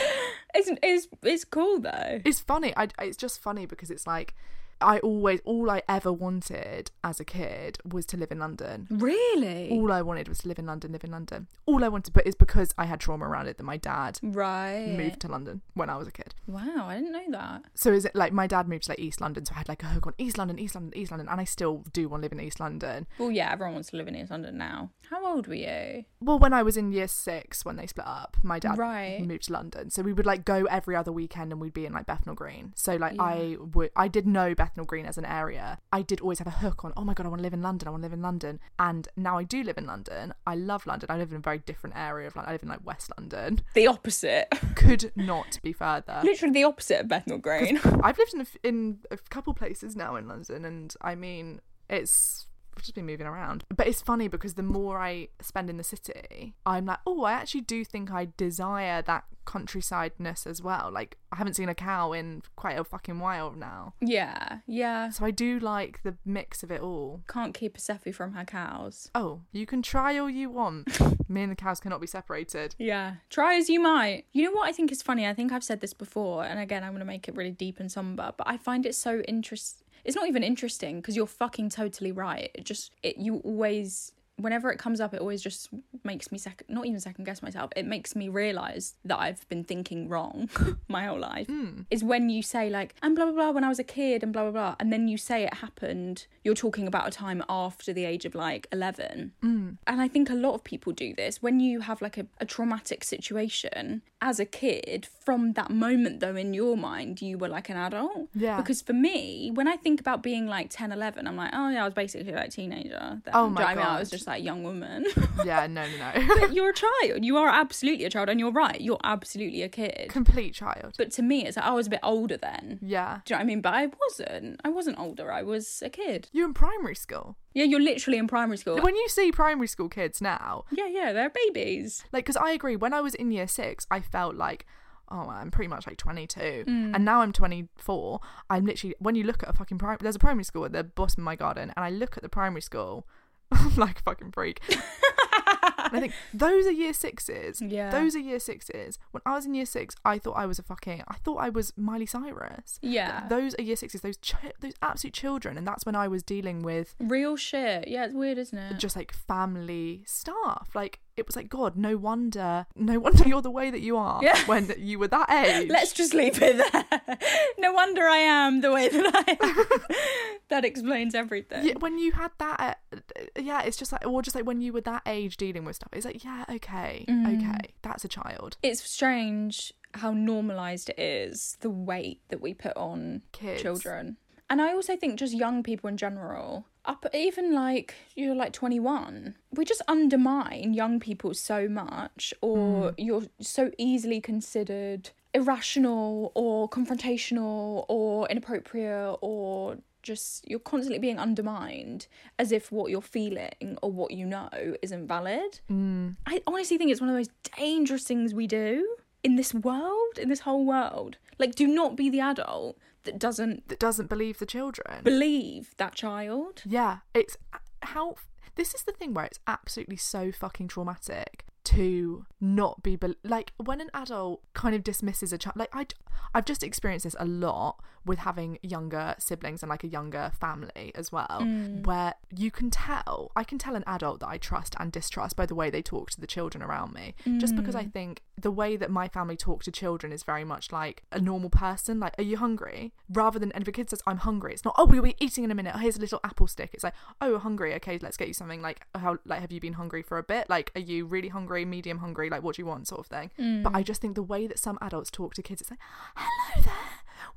Speaker 4: It's, it's, it's cool though.
Speaker 2: It's funny. I, it's just funny because it's like I always, all I ever wanted as a kid was to live in London.
Speaker 4: Really?
Speaker 2: All I wanted was to live in London, live in London. All I wanted, but it's because I had trauma around it that my dad
Speaker 4: Right.
Speaker 2: moved to London when I was a kid.
Speaker 4: Wow, I didn't know that.
Speaker 2: So is it like my dad moved to like East London, so I had like a hook on East London, East London, East London, and I still do want to live in East London.
Speaker 4: Well, yeah, everyone wants to live in East London now. How old were you?
Speaker 2: Well, when I was in year six, when they split up, my dad
Speaker 4: Right.
Speaker 2: moved to London. So we would like go every other weekend and we'd be in like Bethnal Green. So like I would, I did know Bethnal Green as an area. I did always have a hook on, oh my God, I want to live in London. I want to live in London. And now I do live in London. I love London. I live in a very different area of London. I live in like West London.
Speaker 4: The opposite. [LAUGHS]
Speaker 2: Could not be further.
Speaker 4: Literally the opposite of Bethnal Green.
Speaker 2: [LAUGHS]
Speaker 4: [LAUGHS]
Speaker 2: I've lived in a, f- in a couple places now in London, and I mean, it's I've just been moving around. But it's funny because the more I spend in the city, I'm like, oh, I actually do think I desire that countrysideness as well. Like, I haven't seen a cow in quite a fucking while now,
Speaker 4: yeah, yeah.
Speaker 2: so I do like the mix of it all.
Speaker 4: Can't keep a Seffi from her cows.
Speaker 2: Oh, you can try all you want.
Speaker 4: [LAUGHS]
Speaker 2: Me and the cows cannot be separated.
Speaker 4: Yeah. Try as you might. You know what I think is funny? I think I've said this before, and again, I'm going to make it really deep and somber, but I find it so interest. It's not even interesting because you're fucking totally right. It just, it, you always whenever it comes up, it always just makes me second, not even second guess myself. It makes me realize that I've been thinking wrong [LAUGHS] my whole life. Is when you say like and blah blah blah when I was a kid and blah blah blah, and then you say it happened. You're talking about a time after the age of like eleven, and I think a lot of people do this when you have like a, a traumatic situation as a kid. From that moment though, in your mind, you were like an adult.
Speaker 2: Yeah.
Speaker 4: Because for me, when I think about being like 10, 11, I'm like, oh yeah, I was basically like a teenager. Then,
Speaker 2: Oh my
Speaker 4: do you know what I mean? I was
Speaker 2: God.
Speaker 4: just like a young woman.
Speaker 2: [LAUGHS] Yeah, no, no, no.
Speaker 4: [LAUGHS] but you're a child. You are absolutely a child, and you're right. You're absolutely a kid.
Speaker 2: [LAUGHS] Complete child.
Speaker 4: But to me, it's like "Oh, I was a bit older then.
Speaker 2: Yeah.
Speaker 4: Do you know what I mean? But I wasn't. I wasn't older. I was a kid.
Speaker 2: You're in primary school.
Speaker 4: Yeah, you're literally in primary school.
Speaker 2: When you see primary school kids now,
Speaker 4: yeah, yeah, they're babies.
Speaker 2: like, because I agree, when I was in year six, I felt like, oh, I'm pretty much like 22.
Speaker 4: Mm.
Speaker 2: And now I'm 24. I'm literally, when you look at a fucking primary, there's a primary school at the bottom of my garden, and I look at the primary school, [LAUGHS] I'm like a fucking freak. And [LAUGHS]
Speaker 4: [LAUGHS]
Speaker 2: I think those are year sixes.
Speaker 4: Yeah.
Speaker 2: Those are year sixes. When I was in year six, I thought I was a fucking. I thought I was Miley Cyrus.
Speaker 4: Yeah.
Speaker 2: Those are year sixes. Those ch- those absolute children, and that's when I was dealing with
Speaker 4: Real shit. Yeah, it's weird, isn't it?
Speaker 2: just like family stuff. Like it was like God, no wonder, no wonder you're the way that you are
Speaker 4: Yeah.
Speaker 2: when you were
Speaker 4: [LAUGHS]
Speaker 2: that age.
Speaker 4: [LAUGHS] Let's just leave it there. [LAUGHS] no wonder I am the way that I [LAUGHS] am. that explains everything.
Speaker 2: yeah, when you had that, uh, yeah, it's just like, or just like when you were that age dealing with stuff, it's like, yeah, okay,
Speaker 4: Mm.
Speaker 2: okay, that's a child.
Speaker 4: It's strange how normalized it is the weight that we put on
Speaker 2: Kids.
Speaker 4: children. And I also think just young people in general, up even like you're like 21, we just undermine young people so much or you're so easily considered irrational or confrontational or inappropriate or just you're constantly being undermined as if what you're feeling or what you know isn't valid. I honestly think it's one of the most dangerous things we do in this world, in this whole world. Like, do not be the adult that doesn't
Speaker 2: That doesn't believe the children.
Speaker 4: believe that child.
Speaker 2: Yeah, it's how this is the thing where it's absolutely so fucking traumatic to not be bel like when an adult kind of dismisses a child like I I've just experienced this a lot with having younger siblings and like a younger family as well where you can tell I can tell an adult that I trust and distrust by the way they talk to the children around me just because I think the way that my family talk to children is very much like a normal person like are you hungry rather than and if a kid says I'm hungry it's not oh we'll be eating in a minute oh, here's a little apple stick it's like oh we're hungry okay let's get you something like how like have you been hungry for a bit like are you really hungry medium hungry like what do you want sort of thing but I just think the way that some adults talk to kids it's like hello there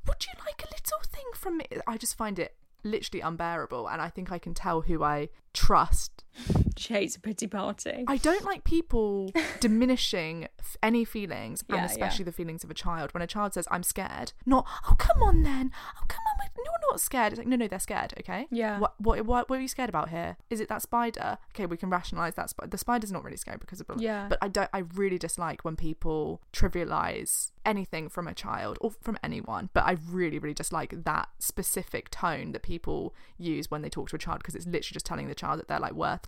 Speaker 2: would you like a little thing from me I just find it literally unbearable and I think I can tell who I trust
Speaker 4: She hates a pity party.
Speaker 2: Mm. I don't like
Speaker 4: [LAUGHS]
Speaker 2: people diminishing f- any feelings,
Speaker 4: Yeah,
Speaker 2: and especially the feelings of a child. When a child says, "I'm scared," not "Oh, come on, then." Oh, come on. we- No, we're not scared. It's like, no, no, they're scared. Okay.
Speaker 4: Yeah.
Speaker 2: What? What? What, what are you scared about here? Is it that spider? Okay, we can rationalize that. Sp- the spider's not really scared because of. blah- blah.
Speaker 4: Yeah.
Speaker 2: But I don't. I really dislike when people trivialize anything from a child or from anyone. But I really, really dislike that specific tone that people use when they talk to a child because it's literally just telling the child that they're like worthless.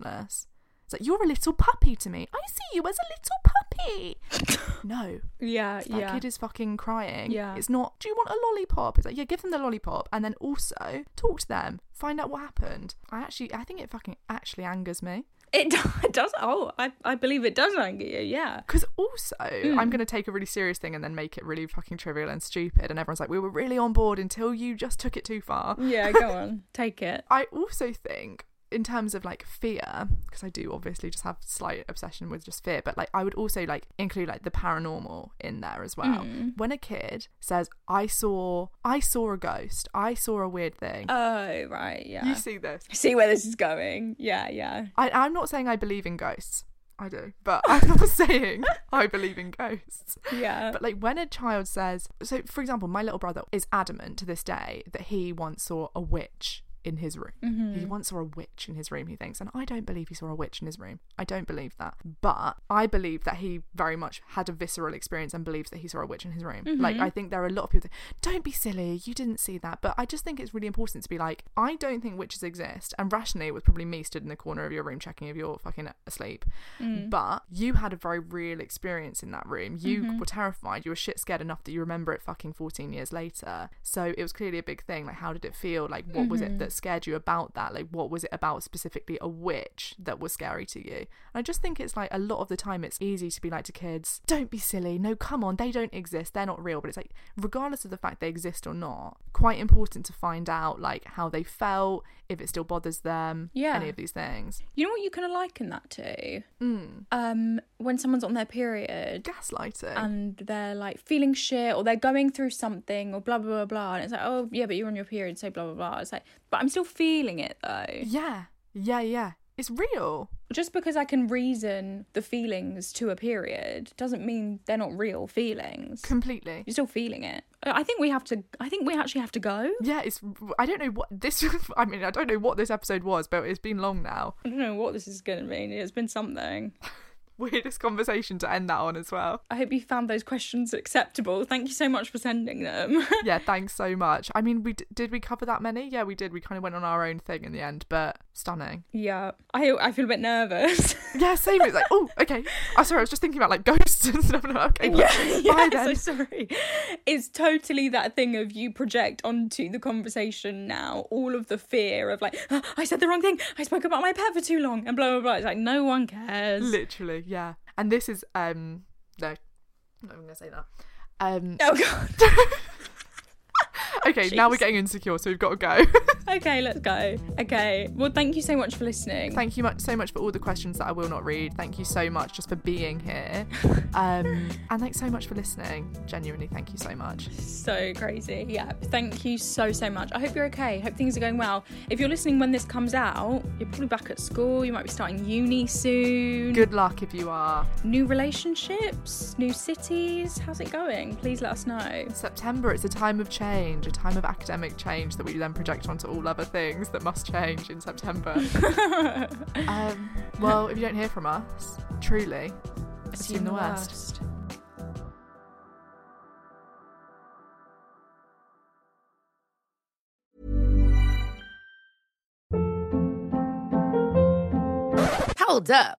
Speaker 2: It's like you're a little puppy to me. I see you as a
Speaker 4: [LAUGHS]
Speaker 2: little puppy. no,
Speaker 4: yeah,
Speaker 2: that
Speaker 4: yeah.
Speaker 2: kid is fucking crying.
Speaker 4: Yeah.
Speaker 2: it's not. Do you want a lollipop? It's like yeah, give them the lollipop, and then also talk to them, find out what happened. I actually, I think it fucking actually angers me
Speaker 4: It, [LAUGHS] do- it does. Oh, I, I believe it does anger you. Yeah.
Speaker 2: because also
Speaker 4: Mm.
Speaker 2: I'm gonna take a really serious thing and then make it really fucking trivial and stupid, and everyone's like, we were really on board until you just took it too far. [LAUGHS]
Speaker 4: [LAUGHS] Yeah, go on. Take it.
Speaker 2: I also think in terms of like fear because I do obviously just have slight obsession with just fear but like I would also like include like the paranormal in there as well
Speaker 4: Mm.
Speaker 2: when a kid says I saw I saw a ghost I saw a weird thing
Speaker 4: Oh, right. Yeah.
Speaker 2: you see this
Speaker 4: I see where this is going. Yeah, yeah.
Speaker 2: I, I'm not saying I believe in ghosts I do but I'm not [LAUGHS] saying I believe in ghosts [LAUGHS]
Speaker 4: Yeah.
Speaker 2: But like when a child says, so for example, my little brother is adamant to this day that he once saw a witch in his room. He once saw a witch in his room, he thinks. And I don't believe he saw a witch in his room. I don't believe that. But I believe that he very much had a visceral experience and believes that he saw a witch in his room. Like I think there are a lot of people that don't be silly, you didn't see that. But I just think it's really important to be like, I don't think witches exist. And rationally it was probably me stood in the corner of your room checking if you're fucking asleep.
Speaker 4: Mm.
Speaker 2: But you had a very real experience in that room. You
Speaker 4: Mm-hmm.
Speaker 2: were terrified. You were shit scared enough
Speaker 4: Mm-hmm.
Speaker 2: that you remember it fucking 14 years later. So it was clearly a big thing. Like, how did it feel? Like, what was it that scared you about that? Like, what was it about specifically a witch that was scary to you? And I just think it's like a lot of the time it's easy to be like to kids, don't be silly. No, come on, they don't exist. They're not real. But it's like, regardless of the fact they exist or not, quite important to find out like how they felt, if it still bothers them,
Speaker 4: Yeah.
Speaker 2: any of these things. Mm.
Speaker 4: You know what you can liken that to? Um, when someone's on their period
Speaker 2: Gaslighting.
Speaker 4: and they're like feeling shit or they're going through something or blah blah blah blah, and it's like, oh yeah, but you're on your period, so blah blah blah. It's like, but I'm still feeling it though.
Speaker 2: yeah, yeah, yeah. It's real.
Speaker 4: Just because I can reason the feelings to a period doesn't mean they're not real feelings.
Speaker 2: Completely.
Speaker 4: You're still feeling it. Uh, I I think we have to. I think we actually have to go.
Speaker 2: Yeah, it's. I don't know what this. [LAUGHS] I mean, I don't know what this episode was, but it's been long now. [LAUGHS]
Speaker 4: I don't know what this is going to mean. It's been something.
Speaker 2: Weirdest conversation to end that on as well.
Speaker 4: I hope you found those questions acceptable. Thank you so much for sending them. [LAUGHS]
Speaker 2: Yeah, thanks so much. I mean, we d- did we cover that many? Yeah, we did. We kind of went on our own thing in the end, but stunning.
Speaker 4: Yeah, I I feel a bit nervous. [LAUGHS]
Speaker 2: Yeah, same. It's like, oh, okay. I'm sorry. I was just thinking about like [LAUGHS] ghosts and stuff. No, okay,
Speaker 4: [LAUGHS]
Speaker 2: yeah, bye
Speaker 4: I'm so
Speaker 2: then.
Speaker 4: sorry. It's totally that thing of you project onto the conversation now all of the fear of like "Ah, I said the wrong thing. I spoke about my pet for too long and blah blah blah. It's like no one cares.
Speaker 2: Literally, yeah. And this is um no, I'm not even gonna say that. [LAUGHS] Um,
Speaker 4: Oh god.
Speaker 2: okay, now we're getting insecure, so we've got to go. [LAUGHS]
Speaker 4: Okay, let's go. Okay. Well, thank you so much for listening.
Speaker 2: Thank you much, so much for all the questions that I will not read. Thank you so much just for being [LAUGHS] here. Um, and thanks so much for listening. Genuinely, thank you so much.
Speaker 4: so crazy. Yeah. Thank you so so much. I hope you're okay. Hope things are going well. If you're listening when this comes out, you're probably back at school. You might be starting uni soon.
Speaker 2: Good luck if you are.
Speaker 4: New relationships, new cities. How's it going? Please let us know.
Speaker 2: September, it's a time of change, a time of academic change that we then project onto all other things that must change in [LAUGHS] September. um, well, if you don't hear from us, truly, assume, the worst.
Speaker 1: Hold up.